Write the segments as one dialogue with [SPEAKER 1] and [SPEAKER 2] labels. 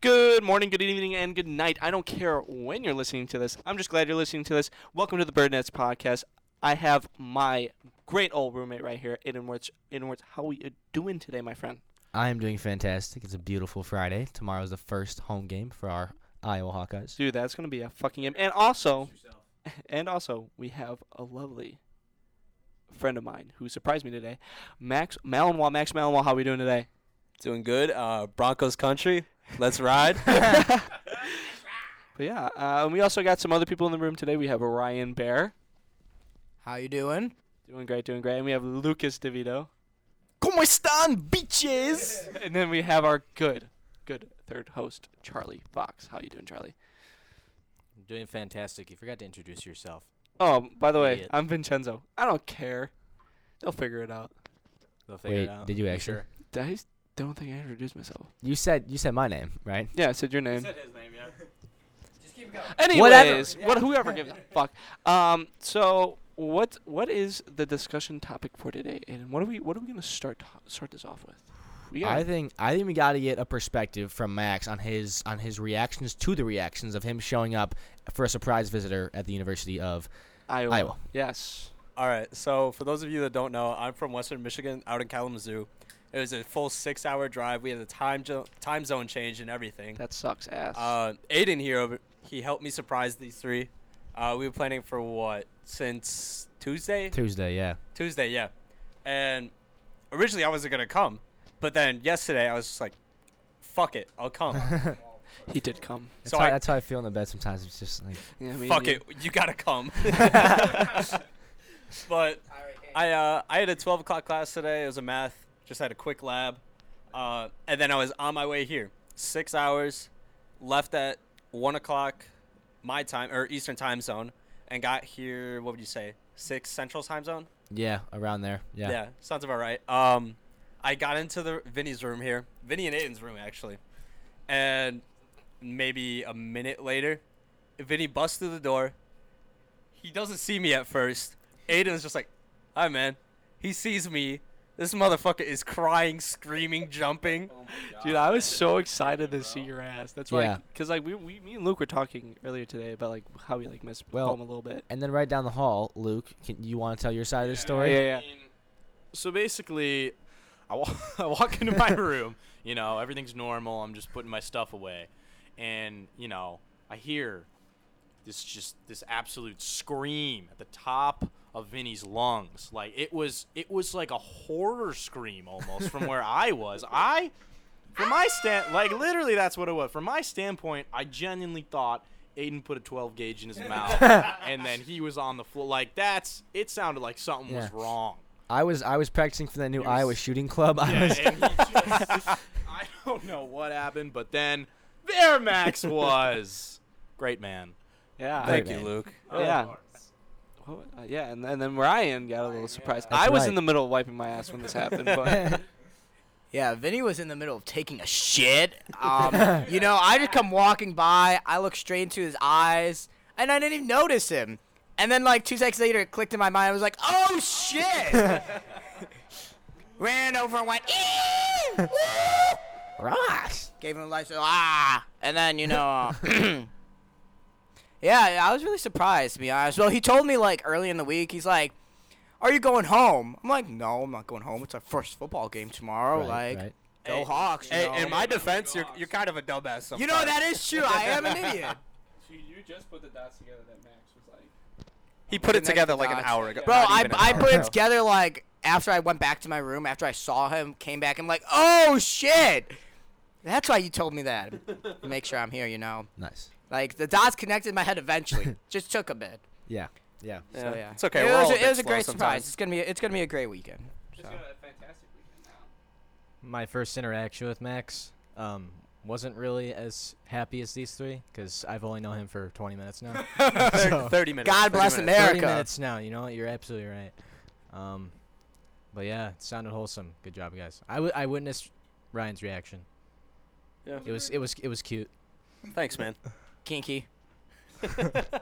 [SPEAKER 1] Good morning, good evening, and good night. I don't care when you're listening to this. I'm just glad you're listening to this. Welcome to the Bird Nets podcast. I have my great old roommate right here, Aiden Wirtz. Aiden Wirtz, how are you doing today, my friend?
[SPEAKER 2] I am doing fantastic. It's a beautiful Friday. Tomorrow's the first home game for our Iowa Hawkeyes.
[SPEAKER 1] Dude, that's gonna be a fucking game. And also, and also, we have a lovely friend of mine who surprised me today, Max Malinois. Max Malinois, how are we doing today?
[SPEAKER 3] Doing good. Uh, Broncos country. Let's ride.
[SPEAKER 1] But yeah, uh, and we also got some other people in the room today. We have Ryan Bear,
[SPEAKER 4] How you doing?
[SPEAKER 1] doing great, doing great, and we have Lucas DeVito.
[SPEAKER 4] Como están, bitches?
[SPEAKER 1] And then we have our good, good third host, Charlie Fox. How you doing, Charlie?
[SPEAKER 3] Doing fantastic. You forgot to introduce yourself.
[SPEAKER 1] Oh, by the way,
[SPEAKER 3] Idiot.
[SPEAKER 1] I'm Vincenzo. I don't care. They'll figure it out.
[SPEAKER 3] They'll figure
[SPEAKER 2] Wait,
[SPEAKER 3] it out.
[SPEAKER 2] did you actually?
[SPEAKER 3] Sure.
[SPEAKER 1] I s- don't think I introduced myself.
[SPEAKER 2] You said you said my name, right?
[SPEAKER 1] Yeah, I said your name.
[SPEAKER 3] his name, yeah.
[SPEAKER 1] Anyways,
[SPEAKER 2] Whatever.
[SPEAKER 1] what whoever gives a fuck. Um, so what what is the discussion topic for today, and what are we what are we gonna start start this off with? We got
[SPEAKER 2] I think I think we got to get a perspective from Max on his on his reactions to the reactions of him showing up for a surprise visitor at the University of
[SPEAKER 1] Iowa.
[SPEAKER 2] Iowa.
[SPEAKER 1] Yes.
[SPEAKER 3] All right. So, for those of you that don't know, I'm from Western Michigan, out in Kalamazoo. It was a full six-hour drive. We had the time jo- time zone change and everything.
[SPEAKER 1] That sucks ass.
[SPEAKER 3] Uh, Aiden here, over- he helped me surprise these three. Uh, we were planning for what since Tuesday.
[SPEAKER 2] Tuesday. Yeah,
[SPEAKER 3] Tuesday, yeah. And originally I wasn't gonna come, but then yesterday I was just like, "Fuck it, I'll come."
[SPEAKER 1] he did come.
[SPEAKER 2] that's,
[SPEAKER 3] So
[SPEAKER 2] how,
[SPEAKER 3] I-
[SPEAKER 2] that's how I feel in the bed sometimes. It's just like
[SPEAKER 1] Yeah, me and
[SPEAKER 3] Fuck
[SPEAKER 1] you.
[SPEAKER 3] it, you gotta come. but I uh, I had a twelve o'clock class today. It was a math. Just had a quick lab, uh, and then I was on my way here. Six hours, left at one o'clock, my time or Eastern time zone, and got here. What would you say? Six Central time zone.
[SPEAKER 2] yeah, around there. Yeah.
[SPEAKER 3] Yeah. sounds about right. Um, I got into the Vinny's room here, Vinny and Aiden's room actually, and maybe a minute later, Vinny busts through the door. He doesn't see me at first. Aiden's just like, "Hi, man." He sees me. This motherfucker is crying, screaming, jumping.
[SPEAKER 1] Dude, I was so excited to see your ass. That's why,
[SPEAKER 2] Yeah.
[SPEAKER 1] because like we, we, me and Luke were talking earlier today about like how we like missed
[SPEAKER 2] Well,
[SPEAKER 1] home a little bit.
[SPEAKER 2] And then right down the hall, Luke, can, you want to tell your side of the
[SPEAKER 1] Yeah,
[SPEAKER 2] story?
[SPEAKER 1] yeah, yeah.
[SPEAKER 5] So basically, I wa- I walk into my room. You know, everything's normal. I'm just putting my stuff away, and you know, I hear this just this absolute scream at the top of Vinny's lungs. Like it was, it was like a horror scream almost from where I was. I, from my stand, like literally, that's what it was. From my standpoint, I genuinely thought. Aiden put a 12 gauge in his mouth, and then he was on the floor. Like that's, it sounded like something was
[SPEAKER 2] Yeah.
[SPEAKER 5] wrong.
[SPEAKER 2] I was I was practicing for that new
[SPEAKER 5] It was-
[SPEAKER 2] Iowa shooting club. I was,
[SPEAKER 5] Yeah, and he just- I don't know what happened, but then there Max was. Great man.
[SPEAKER 1] Yeah, I-
[SPEAKER 3] Thank
[SPEAKER 2] Hey,
[SPEAKER 3] you,
[SPEAKER 2] man.
[SPEAKER 3] Luke.
[SPEAKER 1] yeah. What wa- uh, yeah, and, and then Ryan got a little surprised.
[SPEAKER 2] That's
[SPEAKER 1] I was
[SPEAKER 2] right.
[SPEAKER 1] in the middle of wiping my ass when this happened, but
[SPEAKER 4] Yeah, Vinny was in the middle of taking a shit. Um, you know, I just come walking by. I look straight into his eyes, and I didn't even notice him. And then, like two seconds later, it clicked in my mind. I was like, "Oh shit!" Ran over and went, "Eee!" Woo!"
[SPEAKER 2] Ross.
[SPEAKER 4] Gave him a light, so, ah, and then you know. uh, Yeah, I was really surprised to be honest. Well, he told me like early in the week, he's like, "Are you going home?" I'm like, "No, I'm not going home. It's our first football game tomorrow.
[SPEAKER 2] Right,
[SPEAKER 4] like,
[SPEAKER 2] right.
[SPEAKER 4] go
[SPEAKER 3] Hey,
[SPEAKER 4] Hawks!" You
[SPEAKER 3] Hey,
[SPEAKER 4] know?
[SPEAKER 3] in my defense, you're, you're kind of a dumbass. Sometimes.
[SPEAKER 4] You know that is true. I am an idiot.
[SPEAKER 1] you just put the dots together that Max was like.
[SPEAKER 3] He put it
[SPEAKER 4] Connected
[SPEAKER 3] together like an
[SPEAKER 4] dots.
[SPEAKER 3] hour ago.
[SPEAKER 4] Bro,
[SPEAKER 3] Not
[SPEAKER 4] I,
[SPEAKER 3] even an
[SPEAKER 4] I
[SPEAKER 3] hour.
[SPEAKER 4] put it together like after I went back to my room, after I saw him, came back, I'm like, oh shit! That's why you told me that. Make sure I'm here, you know?
[SPEAKER 2] Nice.
[SPEAKER 4] Like, the dots connected in my head eventually. Just took a bit.
[SPEAKER 2] Yeah. Oh, Yeah.
[SPEAKER 4] So, yeah.
[SPEAKER 3] It's okay,
[SPEAKER 4] It
[SPEAKER 3] we're
[SPEAKER 4] was,
[SPEAKER 3] all a
[SPEAKER 4] a, it
[SPEAKER 3] bit
[SPEAKER 4] was a
[SPEAKER 3] slow
[SPEAKER 4] great
[SPEAKER 3] sometimes.
[SPEAKER 4] surprise. It's going to be it's gonna be a great weekend. So.
[SPEAKER 6] my first interaction with Max um, wasn't really as happy as these three because I've only known him for 20 minutes now. So,
[SPEAKER 3] 30 minutes. 30
[SPEAKER 4] God
[SPEAKER 3] minutes.
[SPEAKER 4] bless
[SPEAKER 6] 30
[SPEAKER 4] America.
[SPEAKER 6] minutes now. You know what? You're absolutely right. Um, but yeah, it sounded wholesome. Good job, guys. I wi- I witnessed Ryan's reaction.
[SPEAKER 3] Yeah.
[SPEAKER 6] It was it was it was cute.
[SPEAKER 3] Thanks, man.
[SPEAKER 4] Kinky.
[SPEAKER 1] But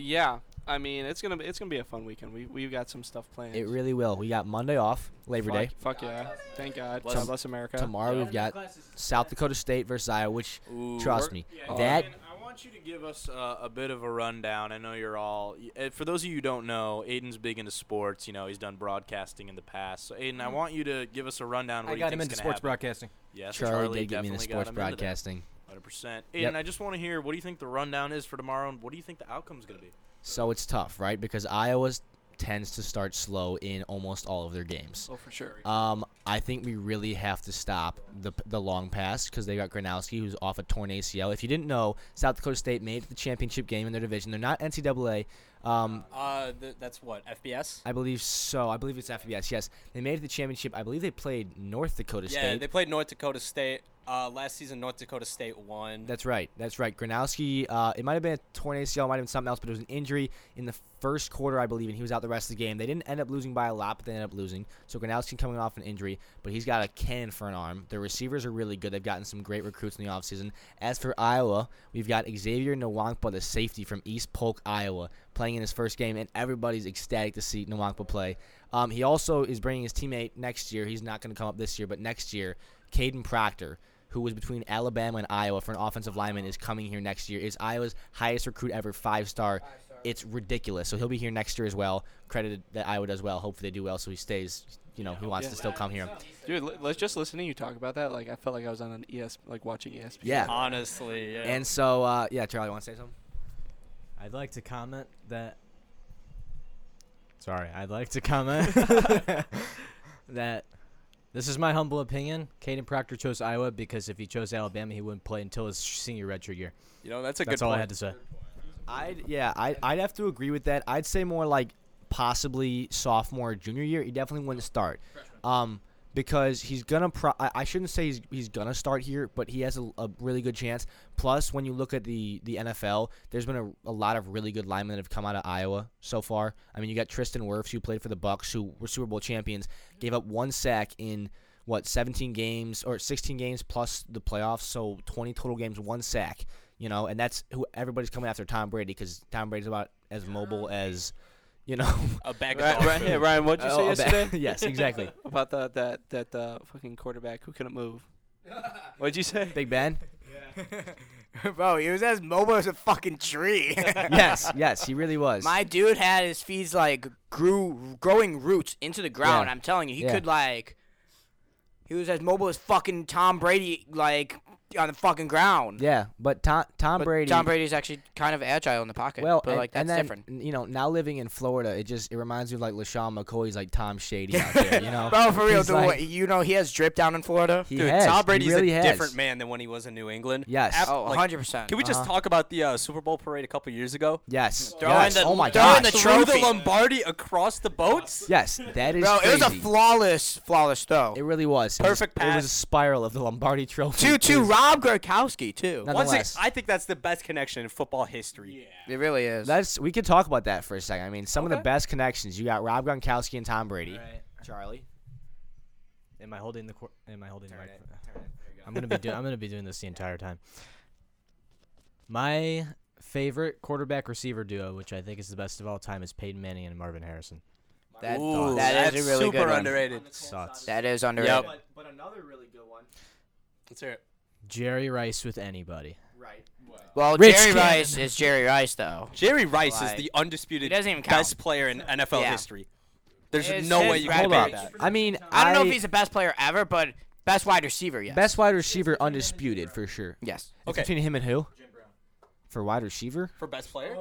[SPEAKER 1] yeah, I mean, it's gonna be it's gonna be a fun weekend. We we've got some stuff planned.
[SPEAKER 2] It really will. We got Monday off, Labor
[SPEAKER 1] fuck,
[SPEAKER 2] Day.
[SPEAKER 1] Fuck yeah! Thank God.
[SPEAKER 3] Bless-
[SPEAKER 1] God bless America.
[SPEAKER 2] Tomorrow we've got South Dakota State versus Iowa, which
[SPEAKER 3] Ooh,
[SPEAKER 2] trust me, that
[SPEAKER 5] Aiden, I want you to give us uh, a bit of a rundown. I know you're all. y- uh, For those of you who don't know, Aiden's big into sports. You know, he's done broadcasting in the past. So, Aiden, I
[SPEAKER 2] Mm.
[SPEAKER 5] want you to give us a rundown. What
[SPEAKER 6] I
[SPEAKER 5] do you
[SPEAKER 6] got him
[SPEAKER 5] think's
[SPEAKER 6] into
[SPEAKER 5] gonna
[SPEAKER 6] sports
[SPEAKER 5] happen.
[SPEAKER 6] broadcasting.
[SPEAKER 5] Yes,
[SPEAKER 2] Charlie did get me
[SPEAKER 5] definitely
[SPEAKER 2] into
[SPEAKER 5] got
[SPEAKER 2] sports
[SPEAKER 5] him into that.
[SPEAKER 2] broadcasting.
[SPEAKER 5] 100%. Aiden,
[SPEAKER 2] Yep.
[SPEAKER 5] I just want to hear what do you think the rundown is for tomorrow, and what do you think the outcome's going to be?
[SPEAKER 2] So it's tough, right? Because Iowa tends to start slow in almost all of their games.
[SPEAKER 1] Oh, for sure.
[SPEAKER 2] Um, I think we really have to stop the the long pass because they got Gronowski, who's off a torn ACL. If you didn't know, South Dakota State made it to the championship game in their division. They're not NCAA. Um,
[SPEAKER 3] Uh, th- that's what FBS.
[SPEAKER 2] I believe so. I believe it's FBS. Yes, they made it to the championship. I believe they played North Dakota
[SPEAKER 3] Yeah,
[SPEAKER 2] State.
[SPEAKER 3] they played North Dakota State. Uh, last season North Dakota State won.
[SPEAKER 2] That's right. That's right. Gronowski, uh, it might have been a torn ACL, it might have been something else, but it was an injury in the first quarter, I believe, and he was out the rest of the game. They didn't end up losing by a lot, but they ended up losing. So Gronowski coming off an injury, but he's got a cannon for an arm. Their receivers are really good. They've gotten some great recruits in the offseason. As for Iowa, we've got Xavier Nwankwa, the safety from East Polk, Iowa, playing in his first game, and everybody's ecstatic to see Nwankwa play. Um, he also is bringing his teammate next year. He's not going to come up this year, but next year, Caden Proctor who was between Alabama and Iowa for an offensive lineman, is coming here next year. Is Iowa's highest recruit ever, five star. It's ridiculous. So he'll be here next year as well. Credited that Iowa does well. Hopefully they do well, so he stays. You know, he wants to still come here.
[SPEAKER 1] Dude, l- let's just listen to you talk about that. Like, I felt like I was on an ES, like watching E ESPN.
[SPEAKER 2] Yeah.
[SPEAKER 3] honestly. Yeah.
[SPEAKER 2] And so, uh, yeah, Charlie, want to say something?
[SPEAKER 6] I'd like to comment that. Sorry, I'd like to comment that this is my humble opinion. Caden Proctor chose Iowa because if he chose Alabama, he wouldn't play until his senior redshirt year.
[SPEAKER 3] you know that's a
[SPEAKER 6] That's
[SPEAKER 3] good
[SPEAKER 6] all
[SPEAKER 3] point.
[SPEAKER 6] I had to say.
[SPEAKER 2] I'd yeah, I'd, I'd have to agree with that. I'd say more like possibly sophomore, junior year. He definitely wouldn't start, um, because he's gonna. Pro- I, I shouldn't say he's he's gonna start here, but he has a, a really good chance. Plus, when you look at the the NFL, there's been a, a lot of really good linemen that have come out of Iowa so far. I mean, you got Tristan Wirfs who played for the Bucks, who were Super Bowl champions, gave up one sack in what 17 games or 16 games plus the playoffs, so 20 total games, one sack. You know, and that's who everybody's coming after Tom Brady because Tom Brady's about as mobile as, you know,
[SPEAKER 3] A bag of
[SPEAKER 1] Right,
[SPEAKER 3] dog
[SPEAKER 1] right,
[SPEAKER 3] food.
[SPEAKER 1] hey, Ryan, what'd you say
[SPEAKER 2] Oh, a ba-
[SPEAKER 1] yesterday
[SPEAKER 2] yes, exactly.
[SPEAKER 1] about the, that that uh, fucking quarterback who couldn't move? What'd you say?
[SPEAKER 2] Big Ben.
[SPEAKER 4] Bro, he was as mobile as a fucking tree.
[SPEAKER 2] Yes, yes, he really was.
[SPEAKER 4] My dude had his feet like grew growing roots into the ground.
[SPEAKER 2] Yeah.
[SPEAKER 4] I'm telling you, he
[SPEAKER 2] Yeah.
[SPEAKER 4] could like he was as mobile as fucking Tom Brady like on the fucking ground.
[SPEAKER 2] yeah, but Tom Tom
[SPEAKER 4] But
[SPEAKER 2] Brady.
[SPEAKER 4] Tom Brady's actually kind of agile in the pocket.
[SPEAKER 2] Well,
[SPEAKER 4] but
[SPEAKER 2] and,
[SPEAKER 4] like that's
[SPEAKER 2] and then,
[SPEAKER 4] different.
[SPEAKER 2] n- You know, now living in Florida, it just it reminds me of like LaShawn McCoy's like Tom Shady out there. You know,
[SPEAKER 4] Bro, for real,
[SPEAKER 2] He's
[SPEAKER 4] the
[SPEAKER 2] like-
[SPEAKER 4] way- you know he has drip down in Florida.
[SPEAKER 2] he
[SPEAKER 3] Dude,
[SPEAKER 2] has.
[SPEAKER 3] Tom Brady's
[SPEAKER 2] he really
[SPEAKER 3] a
[SPEAKER 2] has.
[SPEAKER 3] different man than when he was in New England.
[SPEAKER 2] Yes.
[SPEAKER 3] Ab-
[SPEAKER 4] Oh,
[SPEAKER 3] like,
[SPEAKER 4] 100%.
[SPEAKER 3] Can we just
[SPEAKER 2] Uh-huh.
[SPEAKER 3] talk about the uh, Super Bowl parade a couple years ago?
[SPEAKER 2] Yes.
[SPEAKER 4] Throw
[SPEAKER 2] yes.
[SPEAKER 4] in the-
[SPEAKER 2] oh my
[SPEAKER 4] throw
[SPEAKER 2] gosh.
[SPEAKER 4] in the
[SPEAKER 3] Threw the
[SPEAKER 4] trophy.
[SPEAKER 3] Lombardi across the boats.
[SPEAKER 2] yes, that is.
[SPEAKER 4] Bro, it was a
[SPEAKER 2] crazy.
[SPEAKER 4] flawless, flawless throw.
[SPEAKER 2] It really was. It was-
[SPEAKER 3] Perfect
[SPEAKER 2] It was
[SPEAKER 3] pass.
[SPEAKER 2] a spiral of the Lombardi Trophy.
[SPEAKER 4] Two,
[SPEAKER 2] It
[SPEAKER 4] two.
[SPEAKER 2] was-
[SPEAKER 4] Rob Gronkowski too.
[SPEAKER 2] No,
[SPEAKER 3] Once ag-
[SPEAKER 2] Nonetheless.
[SPEAKER 3] I think that's the best connection in football history.
[SPEAKER 4] It really is.
[SPEAKER 2] That's we could talk about that for a second. I mean, some of the
[SPEAKER 1] Okay.
[SPEAKER 2] best connections. You got Rob Gronkowski and Tom Brady. Charlie.
[SPEAKER 6] Am I holding the? Cor- am I holding the microphone? I'm gonna be doing. I'm gonna be doing this the entire time. My favorite quarterback receiver duo, which I think is the best of all time, is Peyton Manning and Marvin Harrison.
[SPEAKER 4] that,
[SPEAKER 3] Ooh,
[SPEAKER 4] that is
[SPEAKER 3] that's
[SPEAKER 4] a really
[SPEAKER 3] super
[SPEAKER 4] good one.
[SPEAKER 3] underrated.
[SPEAKER 6] Sucks.
[SPEAKER 4] That is underrated.
[SPEAKER 3] Yep.
[SPEAKER 2] But another really good one.
[SPEAKER 3] Let's hear it.
[SPEAKER 6] Jerry Rice with anybody.
[SPEAKER 2] Right.
[SPEAKER 4] Well,
[SPEAKER 6] Rich
[SPEAKER 4] Jerry
[SPEAKER 6] Cannon.
[SPEAKER 4] Rice is Jerry Rice though.
[SPEAKER 3] Jerry Rice is
[SPEAKER 4] Like,
[SPEAKER 3] the undisputed
[SPEAKER 4] he doesn't even count.
[SPEAKER 3] best player in NFL
[SPEAKER 4] Yeah.
[SPEAKER 3] history. There's
[SPEAKER 4] It's
[SPEAKER 3] no
[SPEAKER 4] his
[SPEAKER 3] way you can
[SPEAKER 4] record.
[SPEAKER 2] Hold
[SPEAKER 3] debate
[SPEAKER 2] up.
[SPEAKER 3] that.
[SPEAKER 2] I mean,
[SPEAKER 4] I don't know if he's the best player ever, but best wide receiver, yes.
[SPEAKER 2] best wide receiver undisputed for sure.
[SPEAKER 4] Yes.
[SPEAKER 2] It's
[SPEAKER 3] Okay.
[SPEAKER 2] Between him and who? For wide receiver?
[SPEAKER 3] For best player?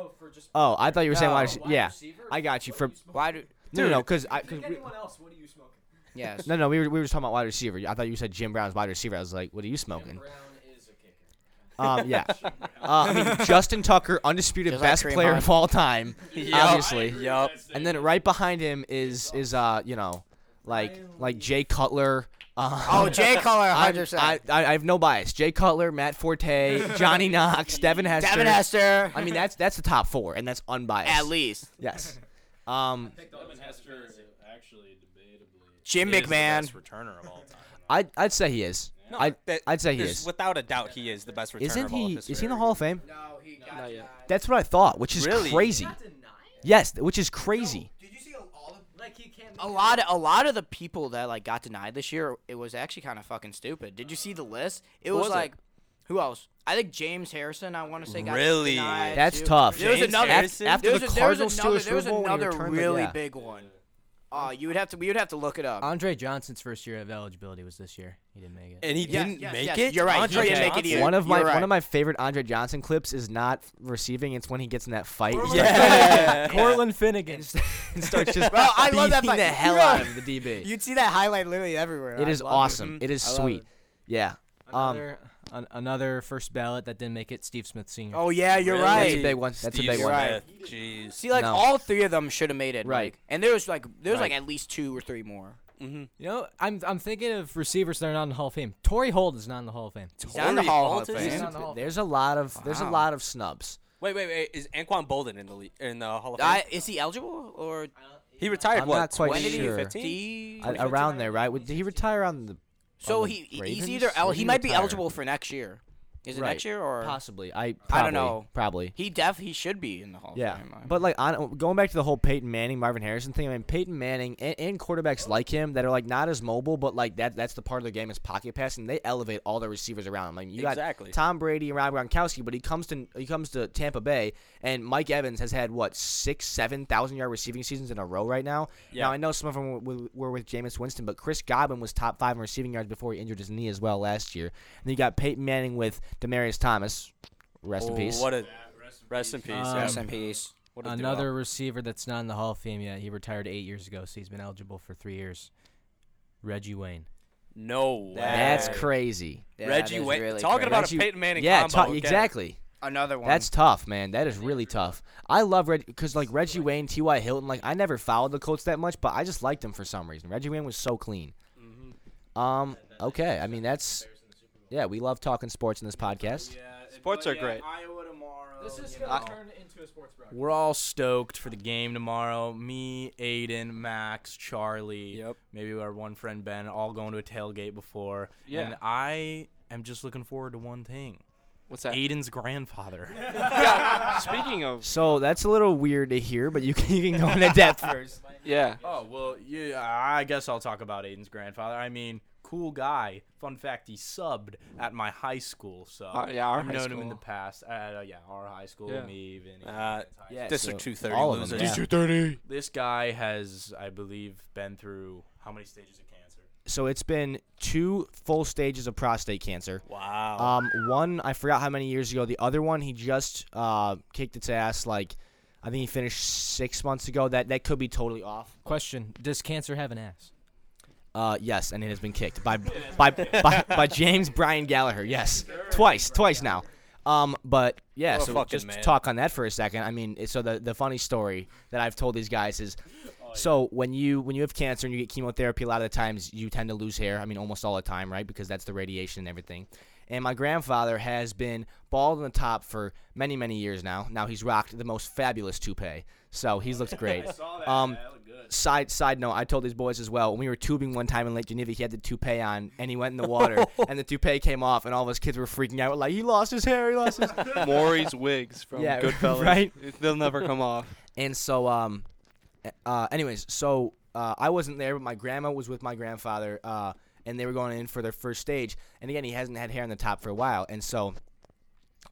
[SPEAKER 2] Oh, I thought you were saying wide
[SPEAKER 4] No.
[SPEAKER 2] receiver. Yeah. I got you. For
[SPEAKER 4] Wide. re-
[SPEAKER 2] no, no, no, because I, cause we,
[SPEAKER 6] else? What are you smoking?
[SPEAKER 4] Yes.
[SPEAKER 2] no, no, we were we were talking about wide receiver. I thought you said Jim Brown's wide receiver. I was like, what are you smoking?
[SPEAKER 6] Brown is a kicker.
[SPEAKER 2] Um, yeah. Uh, I mean, Justin Tucker, undisputed
[SPEAKER 4] Just like
[SPEAKER 2] best
[SPEAKER 4] Kareem
[SPEAKER 2] player
[SPEAKER 4] Hunt.
[SPEAKER 2] of all time, obviously.
[SPEAKER 3] Yup.
[SPEAKER 2] And then right behind him is is uh you know, like like Jay Cutler. Uh,
[SPEAKER 4] Oh, Jay Cutler,
[SPEAKER 2] I'm- I,
[SPEAKER 4] 100. percent
[SPEAKER 2] I I have no bias. Jay Cutler, Matt Forte, Johnny Knox, Devin Hester.
[SPEAKER 4] Devin Hester.
[SPEAKER 2] I mean that's that's the top four, and that's unbiased.
[SPEAKER 4] at least
[SPEAKER 2] Yes. Um,
[SPEAKER 5] actually debatably
[SPEAKER 4] Jim McMahon.
[SPEAKER 5] returner of all time.
[SPEAKER 2] I'd I'd say he is.
[SPEAKER 3] No,
[SPEAKER 2] I'd
[SPEAKER 3] that-
[SPEAKER 2] I'd say he
[SPEAKER 3] there's-
[SPEAKER 2] is.
[SPEAKER 3] Without a doubt, he is the best returner
[SPEAKER 2] Isn't
[SPEAKER 3] of all of
[SPEAKER 2] he?
[SPEAKER 3] history.
[SPEAKER 2] Is he in the Hall of Fame?
[SPEAKER 4] No, he got
[SPEAKER 1] Not yet.
[SPEAKER 2] That's what I thought, which is
[SPEAKER 3] Really?
[SPEAKER 2] crazy. Yes, which is crazy.
[SPEAKER 4] Did you see all the like he can't a lot of, a lot of the people that like got denied this year? It was actually kind of fucking stupid. Did you see the list? It was,
[SPEAKER 1] was it?
[SPEAKER 4] like who else? I think James Harrison. I want to say got
[SPEAKER 3] Really?
[SPEAKER 4] denied,
[SPEAKER 2] That's
[SPEAKER 4] too.
[SPEAKER 2] tough.
[SPEAKER 4] There was
[SPEAKER 3] James
[SPEAKER 4] another
[SPEAKER 3] Harrison?
[SPEAKER 4] there
[SPEAKER 2] After
[SPEAKER 4] was
[SPEAKER 2] the
[SPEAKER 4] a- there was
[SPEAKER 2] Cardinals
[SPEAKER 4] another,
[SPEAKER 2] to a
[SPEAKER 4] there was
[SPEAKER 2] Super Bowl when he
[SPEAKER 4] another
[SPEAKER 2] returned, but
[SPEAKER 4] really
[SPEAKER 2] yeah.
[SPEAKER 4] big one. Uh, you would have to we would have to look it
[SPEAKER 2] Uh,
[SPEAKER 4] up.
[SPEAKER 6] Andre Johnson's first year of eligibility was this year. He didn't make it.
[SPEAKER 3] And he
[SPEAKER 4] Yes,
[SPEAKER 3] didn't
[SPEAKER 4] yes,
[SPEAKER 3] make
[SPEAKER 4] yes,
[SPEAKER 3] it.
[SPEAKER 4] You're right.
[SPEAKER 3] Andre
[SPEAKER 4] he didn't make it
[SPEAKER 3] Johnson?
[SPEAKER 4] either.
[SPEAKER 2] One of my
[SPEAKER 4] You're right.
[SPEAKER 2] one of my favorite Andre Johnson clips is not receiving. It's when he gets in that fight.
[SPEAKER 3] Yeah.
[SPEAKER 6] Cortland Finnegan.
[SPEAKER 2] and starts just
[SPEAKER 4] Bro, I love that
[SPEAKER 2] beating
[SPEAKER 4] fight.
[SPEAKER 2] the hell
[SPEAKER 4] Yeah.
[SPEAKER 2] out of the DB.
[SPEAKER 4] You'd see that highlight literally everywhere.
[SPEAKER 2] It
[SPEAKER 4] I
[SPEAKER 2] is
[SPEAKER 4] love
[SPEAKER 2] awesome. It is
[SPEAKER 6] I love
[SPEAKER 2] sweet.
[SPEAKER 6] it.
[SPEAKER 2] Yeah. Um,
[SPEAKER 6] Another, an, another first ballot that didn't make it. Steve Smith Senior.
[SPEAKER 4] Oh yeah, you're
[SPEAKER 3] Really?
[SPEAKER 2] that's a
[SPEAKER 4] right.
[SPEAKER 2] big one. That's a
[SPEAKER 3] Steve
[SPEAKER 2] big
[SPEAKER 4] You're
[SPEAKER 2] one.
[SPEAKER 4] right.
[SPEAKER 3] Smith. Jeez.
[SPEAKER 4] See, like
[SPEAKER 2] No.
[SPEAKER 4] all three of them should have made it.
[SPEAKER 2] Right.
[SPEAKER 4] Like, and there was like there was like
[SPEAKER 2] Right.
[SPEAKER 4] at least two or three more.
[SPEAKER 6] You know, I'm I'm thinking of receivers that are not in the Hall of Fame. Torrey Holt is not in the Hall of Fame.
[SPEAKER 4] Down the Hall Hall of
[SPEAKER 3] Bolton?
[SPEAKER 4] Fame.
[SPEAKER 6] He's not in the Hall of Fame.
[SPEAKER 2] There's a lot of there's a
[SPEAKER 4] Wow.
[SPEAKER 2] lot of snubs.
[SPEAKER 3] Wait, wait, wait. Is Anquan Bolden in the le- in the Hall of Fame?
[SPEAKER 4] I, is he eligible or
[SPEAKER 3] he retired
[SPEAKER 2] I'm
[SPEAKER 3] what?
[SPEAKER 2] not quite
[SPEAKER 4] when did he
[SPEAKER 3] 2015?
[SPEAKER 2] sure.
[SPEAKER 4] fifty?
[SPEAKER 2] A- around there, right? Would- Did he retire on the?
[SPEAKER 4] So
[SPEAKER 2] on the
[SPEAKER 4] he
[SPEAKER 2] Ravens?
[SPEAKER 4] he's either el-
[SPEAKER 2] Where'd
[SPEAKER 4] he might be
[SPEAKER 2] retire?
[SPEAKER 4] eligible for next year. Is it
[SPEAKER 2] Right.
[SPEAKER 4] next year or
[SPEAKER 2] Possibly. I. Probably,
[SPEAKER 4] I don't know.
[SPEAKER 2] Probably.
[SPEAKER 4] he def he should be in the Hall
[SPEAKER 2] Yeah,
[SPEAKER 4] of Fame. I-
[SPEAKER 2] but like on, going back to the whole Peyton Manning, Marvin Harrison thing. I mean, Peyton Manning and, and quarterbacks like him that are like not as mobile, but like that that's the part of their game is pocket passing. They elevate all their receivers around. them. Like you got
[SPEAKER 3] Exactly.
[SPEAKER 2] Tom Brady and Rob Gronkowski, but he comes to he comes to Tampa Bay, and Mike Evans has had what six, seven thousand yard receiving seasons in a row right now.
[SPEAKER 3] Yeah.
[SPEAKER 2] Now I know some of them were, were with Jameis Winston, but Chris Godwin was top five in receiving yards before he injured his knee as well last year. And then you got Peyton Manning with Demarius Thomas. Rest in
[SPEAKER 3] Oh,
[SPEAKER 2] peace.
[SPEAKER 3] What a rest in peace.
[SPEAKER 6] Um,
[SPEAKER 3] yeah.
[SPEAKER 4] rest in peace.
[SPEAKER 3] What a duo.
[SPEAKER 6] Another receiver that's not in the Hall of Fame yet. He retired eight years ago, so he's been eligible for three years. Reggie Wayne.
[SPEAKER 3] No way.
[SPEAKER 2] That's crazy.
[SPEAKER 4] Yeah,
[SPEAKER 3] Reggie
[SPEAKER 4] that is
[SPEAKER 3] Wayne.
[SPEAKER 4] really
[SPEAKER 3] Talking
[SPEAKER 4] crazy.
[SPEAKER 3] about
[SPEAKER 2] Reggie-
[SPEAKER 3] a Peyton Manning
[SPEAKER 2] yeah,
[SPEAKER 3] combo.
[SPEAKER 2] tou-
[SPEAKER 3] okay.
[SPEAKER 2] exactly.
[SPEAKER 4] another one.
[SPEAKER 2] That's tough, man. That is really tough. I love Reggie because like Reggie Wayne, T.Y. Hilton. Like I never followed the Colts that much, but I just liked them for some reason. Reggie Wayne was so clean.
[SPEAKER 3] Mm-hmm.
[SPEAKER 2] Um. Okay. I mean, that's yeah. We love talking sports in this podcast. Uh,
[SPEAKER 1] Sports are great.
[SPEAKER 5] This is gonna turn into a sports broadcast. We're all stoked for the game tomorrow. Me, Aiden, Max, Charlie,
[SPEAKER 3] Yep.
[SPEAKER 5] maybe our one friend Ben, all going to a tailgate before.
[SPEAKER 1] Yeah.
[SPEAKER 5] And I am just looking forward to one thing.
[SPEAKER 1] What's that?
[SPEAKER 5] Aiden's grandfather.
[SPEAKER 1] Speaking of,
[SPEAKER 2] So that's a little weird to hear, but you can you can go into depth first.
[SPEAKER 1] yeah.
[SPEAKER 5] Oh well, yeah. I guess I'll talk about Aiden's grandfather. I mean, cool guy. Fun fact: he subbed at my high school, so
[SPEAKER 1] Uh, yeah, our
[SPEAKER 5] I've
[SPEAKER 1] high
[SPEAKER 5] known him in the
[SPEAKER 1] school.
[SPEAKER 5] past. Uh, yeah, our high school,
[SPEAKER 1] Yeah.
[SPEAKER 5] me, Vinny.
[SPEAKER 3] Uh,
[SPEAKER 2] Yeah,
[SPEAKER 3] District
[SPEAKER 2] so
[SPEAKER 3] 230
[SPEAKER 2] all of them,
[SPEAKER 3] losers.
[SPEAKER 2] yeah. District
[SPEAKER 5] This guy has, I believe, been through how many stages of cancer?
[SPEAKER 2] So it's been two full stages of prostate cancer.
[SPEAKER 3] Wow.
[SPEAKER 1] Uh,
[SPEAKER 2] Um, one I forgot how many years ago. The other one he just uh, kicked its ass. Like I think he finished six months ago. That that could be totally off.
[SPEAKER 6] Question: Does cancer have an ass?
[SPEAKER 2] Uh, yes, and it has been kicked by by, by by James Brian Gallagher. Yes, twice, twice now. Um, but yeah,
[SPEAKER 3] What a
[SPEAKER 2] so
[SPEAKER 3] fucking
[SPEAKER 2] just to
[SPEAKER 3] man.
[SPEAKER 2] talk on that for a second. I mean, it- so the the funny story that I've told these guys is, so when you when you have cancer and you get chemotherapy, a lot of the times you tend to lose hair. I mean, almost all the time, right? Because that's the radiation and everything. And my grandfather has been bald on the top for many many years now. Now he's rocked the most fabulous toupee, so he's looked great. Um, side side note, I told these boys as well. When we were tubing one time in Lake Geneva, he had the toupee on, and he went in the water, and the toupee came off, and all of us kids were freaking out. We're like, he lost his hair, he lost his.
[SPEAKER 1] Maury's wigs from
[SPEAKER 2] Yeah,
[SPEAKER 1] Goodfellas.
[SPEAKER 2] right?
[SPEAKER 1] It- They'll never come off.
[SPEAKER 2] and so, um, uh, anyways, so uh, I wasn't there, but my grandma was with my grandfather, uh, and they were going in for their first stage. And again, he hasn't had hair on the top for a while, and so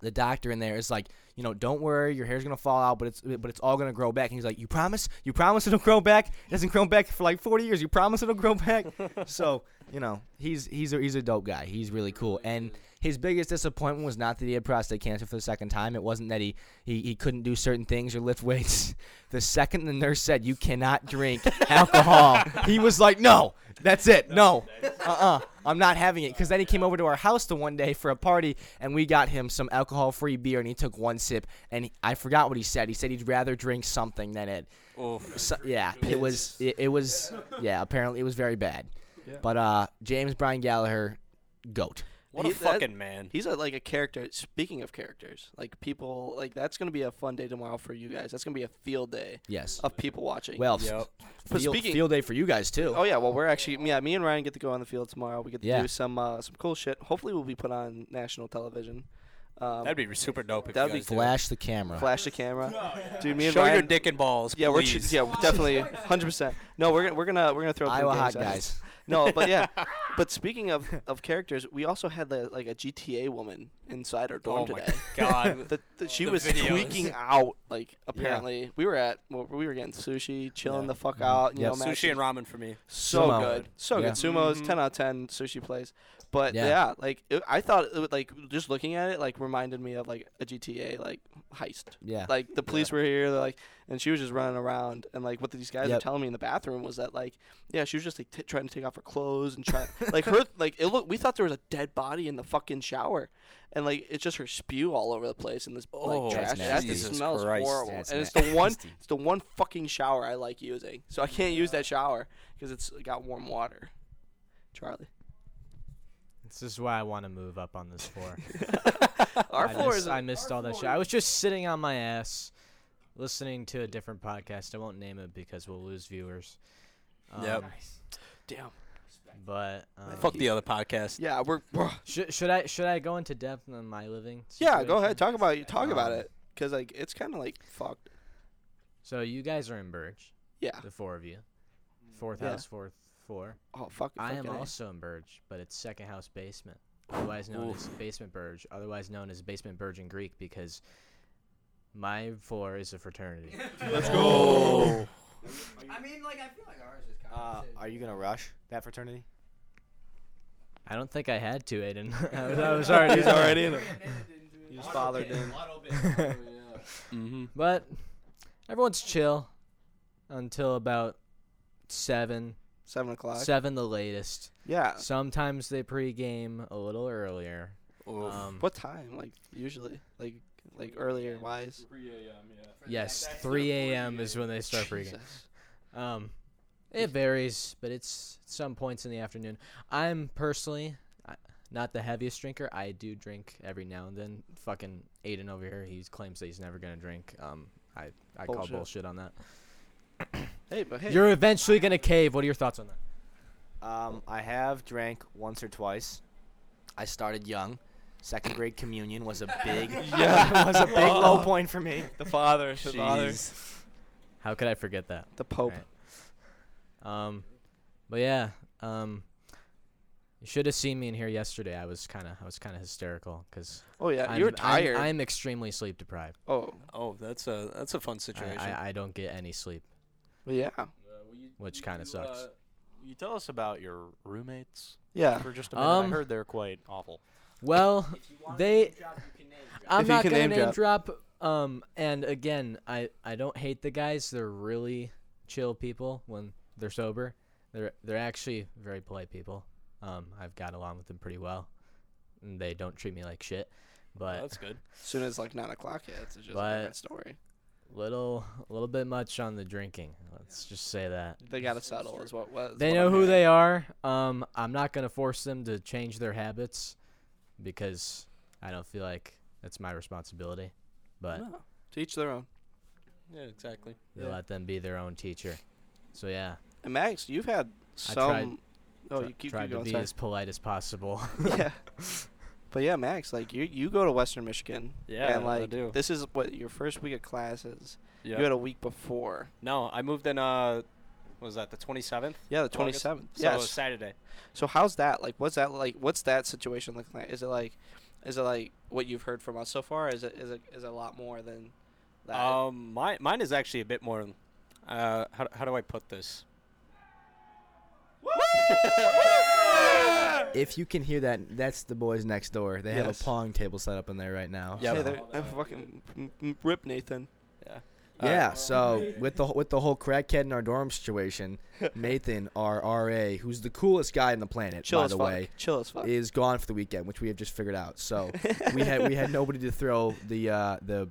[SPEAKER 2] the doctor in there is like, you know, don't worry, your hair's gonna fall out, but it's but it's all gonna grow back. And he's like, you promise? You promise it'll grow back? It hasn't grown back for like 40 years. You promise it'll grow back? so you know, he's he's a, he's a dope guy. He's really cool. And his biggest disappointment was not that he had prostate cancer for the second time. It wasn't that he he, he couldn't do certain things or lift weights. The second the nurse said you cannot drink alcohol, he was like, no, that's it, no, uh-uh. I'm not having it. Because then he came over to our house the one day for a party, and we got him some alcohol-free beer, and he took one sip, and he- I forgot what he said. He said he'd rather drink something than it. So, yeah, it was. It, it was. Yeah, apparently it was very bad. But uh, James Brian Gallagher, goat.
[SPEAKER 3] what a
[SPEAKER 1] he- that-
[SPEAKER 3] fucking man.
[SPEAKER 1] He's a, like a character. Speaking of characters, like people, like that's gonna be a fun day tomorrow for you guys. That's gonna be a field day
[SPEAKER 2] Yes.
[SPEAKER 1] of people watching.
[SPEAKER 2] Well, f-
[SPEAKER 3] Yep.
[SPEAKER 1] But
[SPEAKER 2] field,
[SPEAKER 1] Uh, speaking-
[SPEAKER 2] field day for you guys too.
[SPEAKER 1] Oh yeah, well we're actually yeah, me and Ryan get to go on the field tomorrow. We get to
[SPEAKER 2] Yeah.
[SPEAKER 1] do some uh, some cool shit. Hopefully we'll be put on national television. Um,
[SPEAKER 3] That'd be super dope. If
[SPEAKER 1] That'd be
[SPEAKER 3] you guys did it.
[SPEAKER 7] Flash the camera.
[SPEAKER 1] flash the camera. Dude, me and
[SPEAKER 3] Show
[SPEAKER 1] Ryan,
[SPEAKER 3] your dick and balls.
[SPEAKER 1] Yeah, we're
[SPEAKER 3] please.
[SPEAKER 1] yeah, definitely 100%. No, we're gonna we're gonna we're gonna throw
[SPEAKER 7] Iowa
[SPEAKER 1] some
[SPEAKER 7] hot
[SPEAKER 1] games at
[SPEAKER 7] guys.
[SPEAKER 1] us. No, but yeah. But speaking of, of characters, we also had the, like a GTA woman inside our dorm
[SPEAKER 3] Oh my
[SPEAKER 1] today.
[SPEAKER 3] god.
[SPEAKER 1] The, the, she
[SPEAKER 3] The
[SPEAKER 1] was
[SPEAKER 3] videos.
[SPEAKER 1] tweaking out. Like apparently, we were at well, we were getting sushi, chilling the
[SPEAKER 3] Mm-hmm.
[SPEAKER 1] fuck out. You
[SPEAKER 7] Yep.
[SPEAKER 1] know,
[SPEAKER 7] Sushi
[SPEAKER 1] matching-
[SPEAKER 3] Sushi and ramen for me.
[SPEAKER 1] so
[SPEAKER 7] Sumo.
[SPEAKER 1] good, so
[SPEAKER 7] Yeah.
[SPEAKER 1] good. Sumo's ten out of ten sushi place, but yeah,
[SPEAKER 7] Yeah.
[SPEAKER 1] like it, I thought, it would, like just looking at it, like reminded me of like a GTA like heist.
[SPEAKER 7] Yeah.
[SPEAKER 1] Like the police were here, they're like, and she was just running around, and like what these guys were
[SPEAKER 7] Yep.
[SPEAKER 1] telling me in the bathroom was that like, yeah, she was just like t- trying to take off her clothes and trying, like her, like it looked. We thought there was a dead body in the fucking shower, and like it's just her spew all over the place in this like
[SPEAKER 3] Oh,
[SPEAKER 1] trash.
[SPEAKER 3] that's
[SPEAKER 1] That
[SPEAKER 3] nasty.
[SPEAKER 1] just
[SPEAKER 3] Jesus
[SPEAKER 1] smells
[SPEAKER 3] Christ,
[SPEAKER 1] horrible,
[SPEAKER 7] that's
[SPEAKER 1] and it's
[SPEAKER 7] na-
[SPEAKER 1] the one,
[SPEAKER 7] nasty.
[SPEAKER 1] it's the one fucking shower I like using, so I can't use that shower because it's got warm water. Charlie,
[SPEAKER 2] This is why I want to move up on this floor.
[SPEAKER 1] our
[SPEAKER 2] I
[SPEAKER 1] floor
[SPEAKER 2] missed,
[SPEAKER 1] is
[SPEAKER 2] I missed all that shit. I was just sitting on my ass, listening to a different podcast. I won't name it because we'll lose viewers.
[SPEAKER 1] Oh,
[SPEAKER 3] Yep.
[SPEAKER 2] Um,
[SPEAKER 1] damn.
[SPEAKER 2] But um,
[SPEAKER 3] Fuck the other podcast.
[SPEAKER 1] Yeah, we're. bruh.
[SPEAKER 2] Should, should I should I go into depth on my living?
[SPEAKER 1] Yeah, go
[SPEAKER 2] situation?
[SPEAKER 1] ahead. Talk about talk about
[SPEAKER 2] Um,
[SPEAKER 1] it, cause like it's kind of like fucked.
[SPEAKER 2] So you guys are in Burge,
[SPEAKER 1] Yeah.
[SPEAKER 2] the four of you, fourth
[SPEAKER 1] Yeah.
[SPEAKER 2] house, fourth floor.
[SPEAKER 1] Oh fuck.
[SPEAKER 2] I am
[SPEAKER 1] fucking A.
[SPEAKER 2] also in Burge, but it's second house basement, otherwise known as basement Burge, otherwise known as basement Burge in Greek because my floor is a fraternity.
[SPEAKER 8] I mean, like, I feel like ours is kind
[SPEAKER 7] Oh. Uh, are you gonna rush that fraternity?
[SPEAKER 2] I don't think I had to, Aiden. I was, I was already.
[SPEAKER 7] in
[SPEAKER 2] there.
[SPEAKER 7] it.
[SPEAKER 1] He was fathered in.
[SPEAKER 3] Mm-hmm.
[SPEAKER 2] But everyone's chill until about seven,
[SPEAKER 1] Seven o'clock.
[SPEAKER 2] seven the latest.
[SPEAKER 1] yeah.
[SPEAKER 2] Sometimes they pregame a little earlier. Um,
[SPEAKER 1] What time? Like usually, like like earlier wise.
[SPEAKER 2] yes, 3 a.m. is when they start pregame.
[SPEAKER 1] Jesus.
[SPEAKER 2] Um, it varies, but it's some points in the afternoon. I'm personally I- not the heaviest drinker. I do drink every now and then. Fucking Aiden over here, he claims that he's never gonna drink. Um, I I
[SPEAKER 1] Bullshit.
[SPEAKER 2] call bullshit on that.
[SPEAKER 1] Hey, but hey.
[SPEAKER 2] You're eventually gonna cave. What are your thoughts on that?
[SPEAKER 7] Um, I have drank once or twice. I started young. Second grade communion was a big yeah was a big low point for me.
[SPEAKER 1] the father, the father,
[SPEAKER 2] How could I forget that?
[SPEAKER 1] the pope.
[SPEAKER 2] Right. Um, but yeah, um, you should have seen me in here yesterday. I was kind of, I was kind of hysterical because
[SPEAKER 1] Oh yeah,
[SPEAKER 2] I'm,
[SPEAKER 1] you were
[SPEAKER 2] I'm-
[SPEAKER 1] tired.
[SPEAKER 2] I'm, extremely sleep deprived.
[SPEAKER 1] oh,
[SPEAKER 3] Oh, that's a that's a fun
[SPEAKER 2] I,
[SPEAKER 3] situation.
[SPEAKER 2] I, I don't get any sleep,
[SPEAKER 1] well, yeah,
[SPEAKER 2] which kind of sucks.
[SPEAKER 5] you tell us about your roommates
[SPEAKER 1] yeah.
[SPEAKER 5] for just a
[SPEAKER 2] minute?
[SPEAKER 5] minute.
[SPEAKER 2] I Um,
[SPEAKER 5] I
[SPEAKER 2] heard
[SPEAKER 5] heard they're quite awful.
[SPEAKER 2] Well, they, I'm
[SPEAKER 1] If you
[SPEAKER 2] not
[SPEAKER 1] can
[SPEAKER 2] gonna
[SPEAKER 1] name
[SPEAKER 2] name drop. Um, and again, I I don't hate the guys. They're really chill people when they're sober. They're they're actually very polite people. Um, I've got along with them pretty well. And they don't treat me like shit. But
[SPEAKER 5] That's good.
[SPEAKER 1] soon as like nine o'clock hits, it's just a
[SPEAKER 2] But-
[SPEAKER 1] different story.
[SPEAKER 2] little little bit much on the drinking. Let's just say that.
[SPEAKER 1] They gotta settle, is what was.
[SPEAKER 2] They know who they are. Um I'm not going to force them to change their habits because I don't feel like it's my responsibility, but
[SPEAKER 1] No. To each their own.
[SPEAKER 3] yeah, exactly.
[SPEAKER 2] they let them be their own teacher. So yeah,
[SPEAKER 1] And Max, you've had
[SPEAKER 2] I
[SPEAKER 1] some.
[SPEAKER 2] tried-
[SPEAKER 1] oh,
[SPEAKER 2] tr-
[SPEAKER 1] you keep,
[SPEAKER 2] tried
[SPEAKER 1] keep going.
[SPEAKER 2] to be
[SPEAKER 1] sorry.
[SPEAKER 2] as polite as possible.
[SPEAKER 1] yeah. But yeah, Max, like you, you go to Western Michigan.
[SPEAKER 3] Yeah,
[SPEAKER 1] and
[SPEAKER 3] I
[SPEAKER 1] like
[SPEAKER 3] do.
[SPEAKER 1] this is what your first week of classes.
[SPEAKER 3] Yeah.
[SPEAKER 1] You had a week before.
[SPEAKER 3] no, I moved in. Uh, what was that the 27th?
[SPEAKER 1] Yeah, the
[SPEAKER 3] August?
[SPEAKER 1] twenty seventh.
[SPEAKER 3] So it was
[SPEAKER 1] Yes.
[SPEAKER 3] Saturday.
[SPEAKER 1] So how's that? Like, what's that like? What's that situation looking like? Is it like, is it like what you've heard from us so far? Is it is it is it a lot more than that?
[SPEAKER 3] Um, my, mine is actually a bit more. Uh, how, how do I put this?
[SPEAKER 7] If you can hear that, that's the boys next door. They have
[SPEAKER 1] Yes.
[SPEAKER 7] a pong table set up in there right now.
[SPEAKER 3] Yeah.
[SPEAKER 1] Hey
[SPEAKER 7] so-
[SPEAKER 1] there, I'm fucking m- m- rip Nathan. Uh,
[SPEAKER 7] Yeah, so with the with the whole crackhead in our dorm situation, Nathan, our RA, who's the coolest guy on the planet,
[SPEAKER 1] Chill
[SPEAKER 7] by
[SPEAKER 1] as
[SPEAKER 7] the
[SPEAKER 1] fuck.
[SPEAKER 7] way,
[SPEAKER 1] Chill as fuck.
[SPEAKER 7] is gone for the weekend, which we have just figured out. So we had we had nobody to throw the uh, the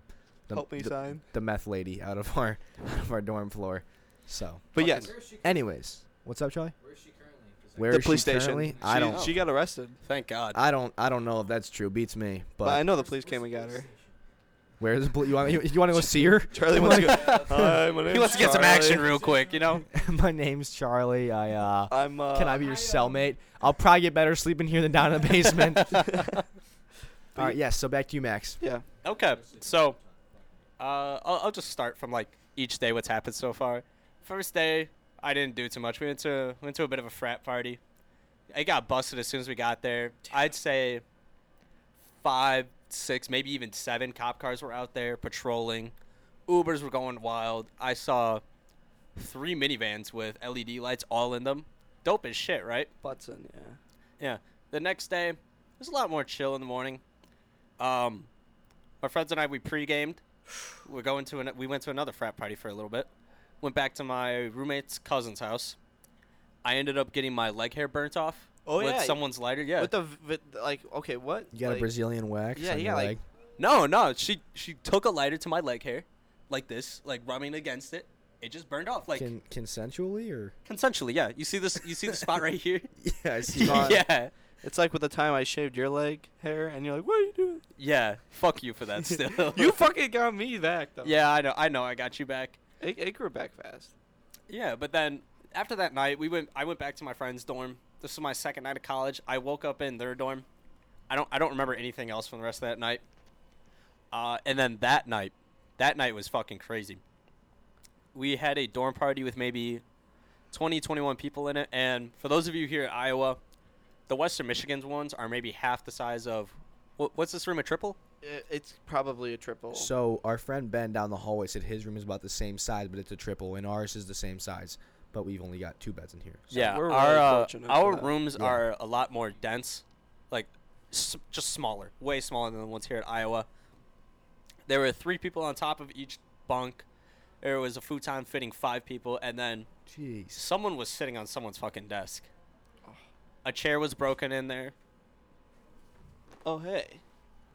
[SPEAKER 7] the,
[SPEAKER 1] Help me
[SPEAKER 7] the,
[SPEAKER 1] sign.
[SPEAKER 7] the meth lady out of our out of our dorm floor. So,
[SPEAKER 1] But yes,
[SPEAKER 7] anyways, what's up, Charlie? Where
[SPEAKER 1] the
[SPEAKER 7] is she
[SPEAKER 1] police station.
[SPEAKER 7] currently?
[SPEAKER 1] She,
[SPEAKER 7] I don't.
[SPEAKER 1] She got arrested,
[SPEAKER 3] Thank God.
[SPEAKER 7] I don't. I don't know if that's true. Beats me.
[SPEAKER 1] but,
[SPEAKER 7] But,
[SPEAKER 1] I know the police came and got her.
[SPEAKER 7] where is the poli- you want you, you want to go see her?
[SPEAKER 1] Charlie wants to go. Hi, my name's
[SPEAKER 3] he wants to get some
[SPEAKER 1] Charlie.
[SPEAKER 3] action real quick, you know.
[SPEAKER 7] My name's Charlie. I uh.
[SPEAKER 1] I'm. Uh,
[SPEAKER 7] Can I be your cellmate? I'll probably get better sleeping here than down in the basement.
[SPEAKER 2] All right, yes. So back to you, Max.
[SPEAKER 1] Yeah.
[SPEAKER 3] Okay, so uh, I'll, I'll just start from like each day what's happened so far. First day, I didn't do too much. We went to went to a bit of a frat party. It got busted as soon as we got there. I'd say five, six, maybe even seven cop cars were out there patrolling. Ubers were going wild. I saw three minivans with LED lights all in them. Dope as shit, right?
[SPEAKER 1] Butson, yeah.
[SPEAKER 3] Yeah. The next day, it was a lot more chill in the morning. Um, our friends and I we pre-gamed. We're going to an, we went to another frat party for a little bit. Went back to my roommate's cousin's house. I ended up getting my leg hair burnt off
[SPEAKER 1] Oh,
[SPEAKER 3] with
[SPEAKER 1] yeah.
[SPEAKER 3] someone's lighter. Yeah.
[SPEAKER 1] With the with, like okay, what?
[SPEAKER 2] You got
[SPEAKER 1] like,
[SPEAKER 2] a Brazilian wax
[SPEAKER 1] yeah,
[SPEAKER 2] on
[SPEAKER 1] he
[SPEAKER 2] your
[SPEAKER 1] got, like,
[SPEAKER 2] leg.
[SPEAKER 3] no, no. She she took a lighter to my leg hair, like this, like rubbing against it. It just burned off, like
[SPEAKER 2] Can, consensually or?
[SPEAKER 3] consensually. Yeah. You see this? You see the spot right here?
[SPEAKER 2] Yeah, I see.
[SPEAKER 1] Spot.
[SPEAKER 3] yeah.
[SPEAKER 1] It's like with the time I shaved your leg hair, and you're like, "What are you doing?"
[SPEAKER 3] Yeah. Fuck you for that. Still.
[SPEAKER 1] you fucking got me back though.
[SPEAKER 3] Yeah, I know. I know. I got you back.
[SPEAKER 1] it, it grew back fast.
[SPEAKER 3] Yeah, but then after that night, we went. I went back to my friend's dorm. This was my second night of college. I woke up in their dorm. I don't. I don't remember anything else from the rest of that night. Uh, and then that night, that night was fucking crazy. We had a dorm party with maybe 20, 21 people in it. And for those of you here in Iowa, the Western Michigan's ones are maybe half the size of. What, what's this room? A triple?
[SPEAKER 1] It, it's probably a triple.
[SPEAKER 2] So our friend Ben down the hallway said his room is about the same size, but it's a triple, and ours is the same size, but we've only got two beds in here. So
[SPEAKER 3] yeah,
[SPEAKER 1] we're
[SPEAKER 3] our
[SPEAKER 1] really
[SPEAKER 3] uh,
[SPEAKER 1] fortunate for
[SPEAKER 3] our
[SPEAKER 1] that.
[SPEAKER 3] rooms
[SPEAKER 2] Yeah.
[SPEAKER 3] are a lot more dense, like s- just smaller, way smaller than the ones here at Iowa. There were three people on top of each bunk. There was a futon fitting five people, and then
[SPEAKER 2] Jeez.
[SPEAKER 3] someone was sitting on someone's fucking desk. A chair was broken in there.
[SPEAKER 1] oh hey,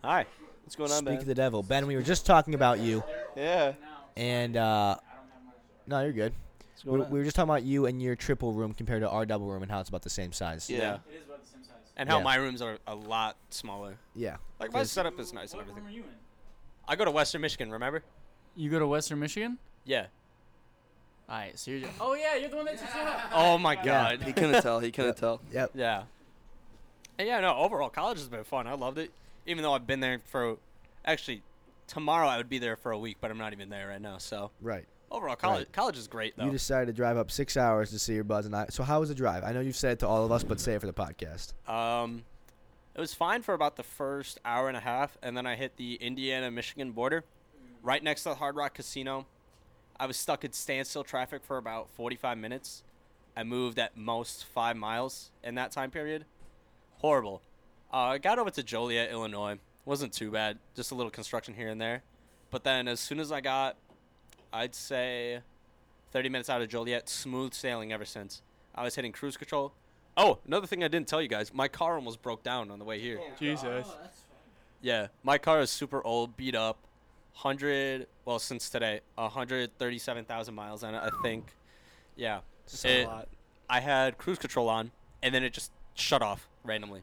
[SPEAKER 3] Hi.
[SPEAKER 1] what's going on,
[SPEAKER 2] Speak
[SPEAKER 1] man?
[SPEAKER 2] of the devil, Ben. We were just talking about you,
[SPEAKER 1] yeah.
[SPEAKER 2] and uh, no, you're good.
[SPEAKER 1] What's
[SPEAKER 2] We,
[SPEAKER 1] going
[SPEAKER 2] we
[SPEAKER 1] on?
[SPEAKER 2] were just talking about you and your triple room compared to our double room and how it's about the same size.
[SPEAKER 1] Yeah.
[SPEAKER 3] It is about the same size. And how
[SPEAKER 2] Yeah.
[SPEAKER 3] my rooms are a lot smaller.
[SPEAKER 2] Yeah.
[SPEAKER 3] Like my
[SPEAKER 2] Yes.
[SPEAKER 3] setup is nice and everything. I go to Western Michigan. Remember?
[SPEAKER 9] You go to Western Michigan?
[SPEAKER 3] Yeah.
[SPEAKER 9] All right, so you're. Oh yeah, you're the one that took that.
[SPEAKER 3] Oh my god.
[SPEAKER 1] He couldn't tell. He couldn't tell.
[SPEAKER 2] Yep.
[SPEAKER 3] Yeah. And yeah, no, overall college has been fun. I loved it. Even though I've been there for actually tomorrow I would be there for a week, but I'm not even there right now. So
[SPEAKER 2] Right.
[SPEAKER 3] overall college college is great though.
[SPEAKER 2] You decided to drive up six hours to see your buds, and I. So how was the drive? I know you've said it to all of us, but say it for the podcast.
[SPEAKER 3] um it was fine for about the first hour and a half and then I hit the Indiana Michigan border right next to the Hard Rock Casino. I was stuck in standstill traffic for about 45 minutes. I moved at most 5 miles in that time period. horrible. Uh, I got over to Joliet, Illinois. wasn't too bad. Just a little construction here and there. But then as soon as I got, I'd say, 30 minutes out of Joliet, smooth sailing ever since. I was hitting cruise control. Oh, another thing I didn't tell you guys, my car almost broke down on the way here.
[SPEAKER 1] Jesus.
[SPEAKER 3] Yeah, my car is super old, beat up. 100, well, since today, 137,000 miles on it, I think. Yeah. It- I had cruise control on, and then it just shut off randomly.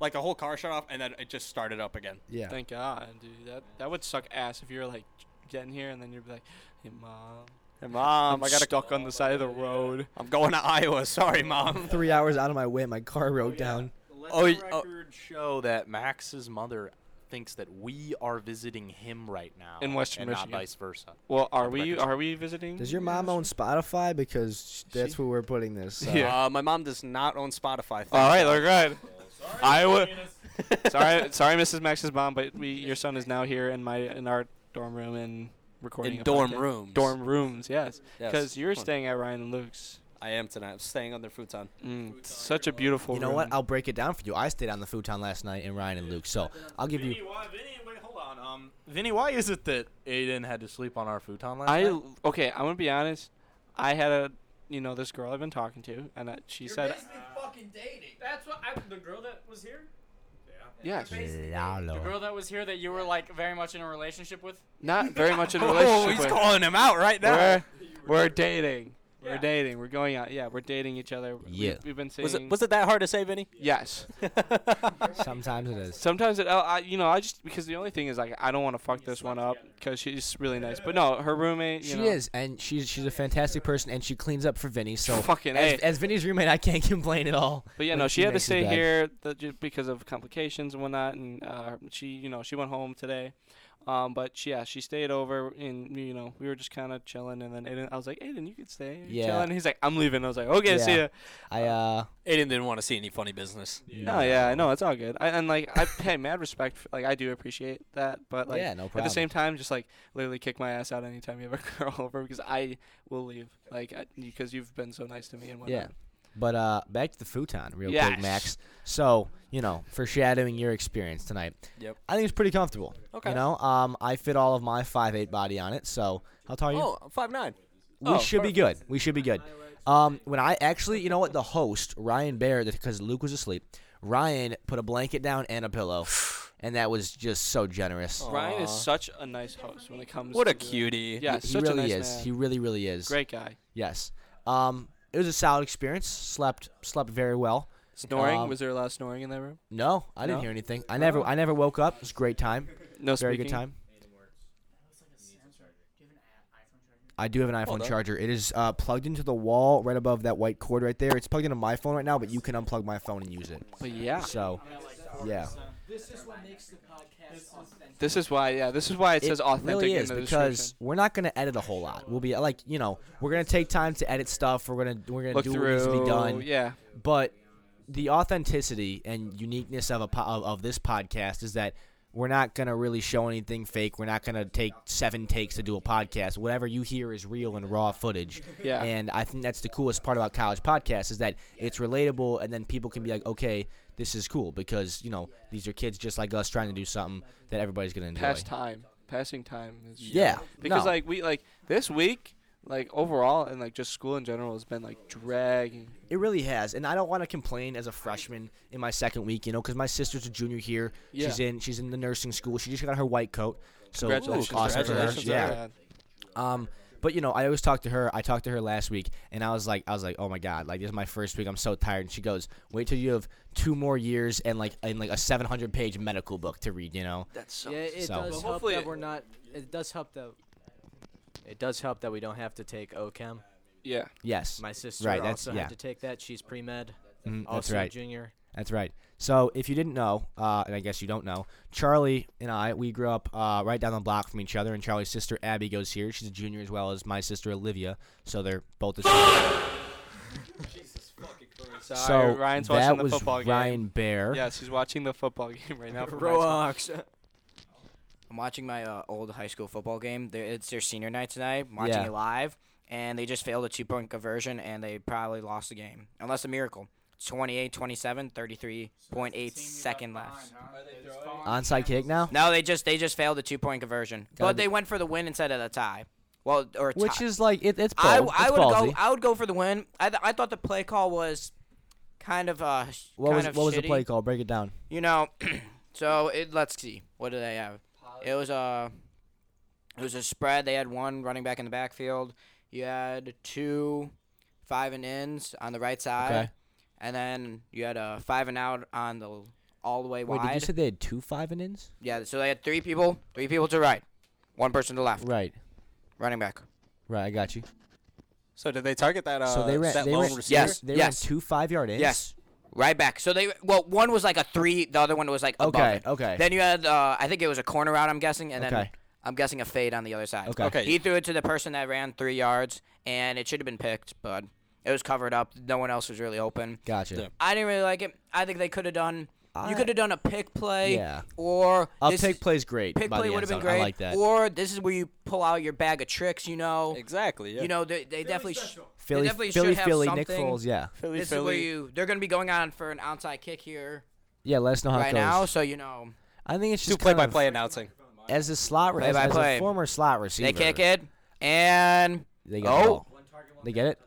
[SPEAKER 3] Like the whole car shut off, and then it just started up again.
[SPEAKER 2] Yeah.
[SPEAKER 1] Thank God, dude. That that would suck ass if you're like getting here and then you'd be like, "Hey, mom,
[SPEAKER 3] Hey, mom,
[SPEAKER 1] I'm
[SPEAKER 3] I gotta.
[SPEAKER 1] stuck on the side of the road."
[SPEAKER 3] I'm going to Iowa. Sorry, mom.
[SPEAKER 2] Three hours out of my way, my car broke down.
[SPEAKER 5] Let
[SPEAKER 3] Oh,
[SPEAKER 5] the
[SPEAKER 3] y- oh.
[SPEAKER 5] record show that Max's mother thinks that we are visiting him right now
[SPEAKER 1] In Western
[SPEAKER 5] and
[SPEAKER 1] Michigan.
[SPEAKER 5] not vice versa.
[SPEAKER 1] Well, are
[SPEAKER 5] Let the
[SPEAKER 1] we
[SPEAKER 5] record show.
[SPEAKER 1] are we visiting?
[SPEAKER 2] Does your mom own Spotify? Because that's
[SPEAKER 1] She-
[SPEAKER 2] where we're putting this. so-
[SPEAKER 1] Yeah.
[SPEAKER 3] Uh, my mom does not own Spotify. thank
[SPEAKER 1] All right,
[SPEAKER 3] God.
[SPEAKER 1] look good. Iowa. sorry, sorry, Mrs. Max's mom, but we your son is now here in my in our dorm room and recording.
[SPEAKER 3] in
[SPEAKER 1] a
[SPEAKER 3] dorm
[SPEAKER 1] podcast.
[SPEAKER 3] rooms.
[SPEAKER 1] Dorm rooms, yes.
[SPEAKER 3] Yes.
[SPEAKER 1] Because you're
[SPEAKER 3] Come on.
[SPEAKER 1] staying at Ryan and Luke's.
[SPEAKER 3] I am tonight. I'm staying on their futon.
[SPEAKER 1] Mm, it's such a beautiful.
[SPEAKER 2] You know what?
[SPEAKER 1] room.
[SPEAKER 2] I'll break it down for you. I stayed on the futon last night, and Ryan and Luke. So I'll give you.
[SPEAKER 5] why, Vinny, wait, hold on. Um, Vinny, why is it that Aiden had to sleep on our futon last
[SPEAKER 1] I
[SPEAKER 5] night?
[SPEAKER 1] okay. I'm gonna be honest. I had a you know this girl I've been talking to, and I, she said
[SPEAKER 9] fucking dating. That's what I, the girl that was here.
[SPEAKER 1] yes,
[SPEAKER 9] The girl that was here that you were like very much in a relationship with.
[SPEAKER 1] not very much in a
[SPEAKER 3] Oh,
[SPEAKER 1] relationship.
[SPEAKER 3] he's
[SPEAKER 1] with-
[SPEAKER 3] calling him out right now.
[SPEAKER 1] We're, we're dating. We're dating. We're going out. Yeah, we're dating each other. We-
[SPEAKER 2] Yeah.
[SPEAKER 1] We've, been seeing.
[SPEAKER 3] Was it was it that hard to say, Vinny?
[SPEAKER 1] Yes.
[SPEAKER 2] Sometimes it is.
[SPEAKER 1] Sometimes it, I, I- you know, I just because the only thing is like I don't want to fuck this one up because she's really nice. But no, her roommate. You
[SPEAKER 2] She
[SPEAKER 1] know,
[SPEAKER 2] is, and she's she's a fantastic person, and she cleans up for Vinny. So
[SPEAKER 1] Fucking
[SPEAKER 2] as,
[SPEAKER 1] A.
[SPEAKER 2] as Vinny's roommate, I can't complain at all.
[SPEAKER 1] But yeah,
[SPEAKER 2] when
[SPEAKER 1] no, she had to
[SPEAKER 2] makes his
[SPEAKER 1] stay
[SPEAKER 2] bed.
[SPEAKER 1] here that just because of complications and whatnot, and uh, she, you know, she went home today. Um, but she- yeah, she stayed over, and you know, we were just kind of chilling, and then Aiden, I was like, Aiden, you could stay.
[SPEAKER 2] Yeah.
[SPEAKER 1] Yeah. Chilling. He's like, I'm leaving. I was like, okay, see
[SPEAKER 2] Yeah.
[SPEAKER 1] ya.
[SPEAKER 2] I uh,
[SPEAKER 3] Aiden didn't want to see any funny business.
[SPEAKER 1] No, yeah, I know it's all good. I, and like, I pay mad respect. For, like, I do appreciate that, but like,
[SPEAKER 2] yeah, no problem.
[SPEAKER 1] at the same time, just like literally kick my ass out anytime you have a girl over because I will leave. Like, because you've been so nice to me and whatnot.
[SPEAKER 2] Yeah. But uh, back to the futon real quick,
[SPEAKER 1] Yes.
[SPEAKER 2] Max. So you know, foreshadowing your experience tonight.
[SPEAKER 3] Yep.
[SPEAKER 2] I think it's pretty comfortable. Okay. You know, um, I fit all of my five eight body on it. So how tall are you?
[SPEAKER 3] Oh, five nine.
[SPEAKER 1] Oh,
[SPEAKER 2] we should be good. We should be good. Um, when I actually, you know what, the host Ryan Bear, because Luke was asleep, Ryan put a blanket down and a pillow, and that was just so generous.
[SPEAKER 1] Ryan is
[SPEAKER 3] Aw.
[SPEAKER 1] such a nice host when it comes.
[SPEAKER 3] What
[SPEAKER 1] to
[SPEAKER 3] a cutie.
[SPEAKER 1] Yeah,
[SPEAKER 2] he
[SPEAKER 1] such
[SPEAKER 2] really
[SPEAKER 1] a nice
[SPEAKER 2] is.
[SPEAKER 1] man.
[SPEAKER 2] He really, really is.
[SPEAKER 1] Great guy.
[SPEAKER 2] Yes. Um, it was a solid experience. Slept, slept very well.
[SPEAKER 1] Snoring?
[SPEAKER 2] Um,
[SPEAKER 1] was there a lot of snoring in that room?
[SPEAKER 2] No, I didn't
[SPEAKER 1] No?
[SPEAKER 2] hear anything. I never, I never woke up. It was a great time.
[SPEAKER 1] No
[SPEAKER 2] Very
[SPEAKER 1] speaking.
[SPEAKER 2] good time. I do have an iPhone
[SPEAKER 3] up.
[SPEAKER 2] charger. It is uh, plugged into the wall right above that white cord right there. It's plugged into my phone right now, but you can unplug my phone and use it.
[SPEAKER 1] But yeah,
[SPEAKER 2] So, yeah,
[SPEAKER 1] this is why. Yeah, this is why it, says authentic
[SPEAKER 2] really
[SPEAKER 1] in
[SPEAKER 2] is
[SPEAKER 1] the
[SPEAKER 2] because
[SPEAKER 1] description.
[SPEAKER 2] we're not gonna edit a whole lot. We'll be like, you know, we're gonna take time to edit stuff. We're gonna we're gonna
[SPEAKER 1] Look
[SPEAKER 2] do
[SPEAKER 1] through.
[SPEAKER 2] what needs to be done.
[SPEAKER 1] Yeah,
[SPEAKER 2] but the authenticity and uniqueness of a po- of, of this podcast is that we're not gonna really show anything fake. We're not gonna take seven takes to do a podcast. Whatever you hear is real and raw footage.
[SPEAKER 1] Yeah.
[SPEAKER 2] And I think that's the coolest part about college podcasts is that it's relatable, and then people can be like, okay, this is cool because you know these are kids just like us trying to do something that everybody's gonna enjoy.
[SPEAKER 1] past time, passing time. Is
[SPEAKER 2] yeah.
[SPEAKER 1] because
[SPEAKER 2] no.
[SPEAKER 1] like we like this week, like overall and like just school in general has been like dragging.
[SPEAKER 2] It really has, and I don't want to complain as a freshman in my second week, you know, because my sister's a junior here. She's
[SPEAKER 1] Yeah.
[SPEAKER 2] in she's in the nursing school. She just got her white coat, so
[SPEAKER 1] Congratulations,
[SPEAKER 2] it's awesome for her.
[SPEAKER 1] congratulations,
[SPEAKER 2] Yeah.
[SPEAKER 1] yeah.
[SPEAKER 2] Um, but you know, I always talk to her. I talked to her last week, and I was like, I was like, oh my god, like this is my first week. I'm so tired. And she goes, wait till you have two more years and like and like a 700 page medical book to read, you know.
[SPEAKER 1] That's so.
[SPEAKER 9] Yeah, it
[SPEAKER 2] So-
[SPEAKER 9] does help
[SPEAKER 1] Hopefully
[SPEAKER 9] that
[SPEAKER 1] it-
[SPEAKER 9] we're not. It does help that. It does help that we don't have to take OChem.
[SPEAKER 1] Yeah.
[SPEAKER 2] Yes,
[SPEAKER 9] My sister
[SPEAKER 2] Right, that's-
[SPEAKER 9] also
[SPEAKER 2] yeah.
[SPEAKER 9] had to take that. She's pre med.
[SPEAKER 2] Mhm, that's
[SPEAKER 9] Also a
[SPEAKER 2] right.
[SPEAKER 9] junior.
[SPEAKER 2] That's right. So if you didn't know, uh, and I guess you don't know, Charlie and I, we grew up uh, right down the block from each other, and Charlie's sister Abby goes here. She's a junior as well as my sister Olivia, so they're both the same.
[SPEAKER 1] Sorry,
[SPEAKER 2] so
[SPEAKER 1] Ryan's watching
[SPEAKER 2] that
[SPEAKER 1] the
[SPEAKER 2] was
[SPEAKER 1] football
[SPEAKER 2] Ryan
[SPEAKER 1] game.
[SPEAKER 2] Bear.
[SPEAKER 1] Yes, he's watching the football game right now. For Ryan's-
[SPEAKER 9] Rocks.
[SPEAKER 4] I'm watching my uh, old high school football game. They're, it's their senior night tonight. I'm watching
[SPEAKER 2] Yeah.
[SPEAKER 4] it live, and they just failed a two point conversion, and they probably lost the game. Unless a miracle. 28 27, 33.8 second left.
[SPEAKER 2] Onside kick now,
[SPEAKER 4] No, they just they just failed a two point conversion.
[SPEAKER 2] Gotta
[SPEAKER 4] But
[SPEAKER 2] be-
[SPEAKER 4] they went for the win instead of the tie. Well, or a
[SPEAKER 2] which
[SPEAKER 4] tie.
[SPEAKER 2] is like it, it's
[SPEAKER 4] I,
[SPEAKER 2] bold.
[SPEAKER 4] I
[SPEAKER 2] it's
[SPEAKER 4] would
[SPEAKER 2] ballsy.
[SPEAKER 4] go I would go for the win. I, th- I thought the play call was kind of uh sh-
[SPEAKER 2] what
[SPEAKER 4] kind
[SPEAKER 2] was
[SPEAKER 4] of
[SPEAKER 2] what was the
[SPEAKER 4] shitty.
[SPEAKER 2] play call? Break it down.
[SPEAKER 4] You know, so it let's see. What did they have? It was a it was a spread. They had one running back in the backfield. You had two five and ins on the right side,
[SPEAKER 2] Okay.
[SPEAKER 4] and then you had a five and out on the all the way
[SPEAKER 2] Wait,
[SPEAKER 4] wide.
[SPEAKER 2] did you say they had two five and ins?
[SPEAKER 4] yeah, so they had three people, three people to right, one person to left,
[SPEAKER 2] Right,
[SPEAKER 4] running back.
[SPEAKER 2] right. I got you.
[SPEAKER 3] So did they target that? Uh,
[SPEAKER 2] so they ran.
[SPEAKER 3] that
[SPEAKER 2] They
[SPEAKER 3] lone
[SPEAKER 2] ran,
[SPEAKER 3] receiver?
[SPEAKER 4] Yes.
[SPEAKER 2] they ran two five yard ins.
[SPEAKER 4] Yes. Right back. So they well, one was like a three, the other one was like above
[SPEAKER 2] Okay.
[SPEAKER 4] it.
[SPEAKER 2] Okay.
[SPEAKER 4] Then you had uh, I think it was a corner route. I'm guessing, and then
[SPEAKER 2] Okay.
[SPEAKER 4] I'm guessing a fade on the other side.
[SPEAKER 2] Okay.
[SPEAKER 3] Okay.
[SPEAKER 4] He threw it to the person that ran three yards, and it should have been picked, but it was covered up. No one else was really open.
[SPEAKER 2] Gotcha.
[SPEAKER 3] Yeah.
[SPEAKER 4] I didn't really like it. I think they could have done.
[SPEAKER 2] I-
[SPEAKER 4] you could have done a pick play.
[SPEAKER 2] Yeah.
[SPEAKER 4] Or
[SPEAKER 2] A
[SPEAKER 4] this
[SPEAKER 2] pick play's great.
[SPEAKER 4] Pick
[SPEAKER 2] by
[SPEAKER 4] play
[SPEAKER 2] the
[SPEAKER 4] would
[SPEAKER 2] end
[SPEAKER 4] have been
[SPEAKER 2] zone.
[SPEAKER 4] great.
[SPEAKER 2] I like that.
[SPEAKER 4] Or this is where you pull out your bag of tricks. You know.
[SPEAKER 3] Exactly. Yeah.
[SPEAKER 4] You know they, they definitely. Sh-
[SPEAKER 2] Philly,
[SPEAKER 4] definitely
[SPEAKER 2] Philly,
[SPEAKER 4] should have
[SPEAKER 2] Philly, Nick
[SPEAKER 4] something.
[SPEAKER 2] Foles, yeah,
[SPEAKER 3] Philly,
[SPEAKER 4] this is where
[SPEAKER 3] Philly.
[SPEAKER 4] you. They're gonna be going on for an onside kick here
[SPEAKER 2] yeah. Let us know how it
[SPEAKER 4] right
[SPEAKER 2] goes.
[SPEAKER 4] now, so you know
[SPEAKER 2] I think it's
[SPEAKER 3] Do
[SPEAKER 2] just
[SPEAKER 3] play
[SPEAKER 2] kind
[SPEAKER 3] by
[SPEAKER 2] of-
[SPEAKER 3] play announcing.
[SPEAKER 2] as a slot re- as, as a
[SPEAKER 4] Play-by-play.
[SPEAKER 2] former slot receiver.
[SPEAKER 4] they kick it and
[SPEAKER 2] They get the
[SPEAKER 4] Oh.
[SPEAKER 2] ball. They get it.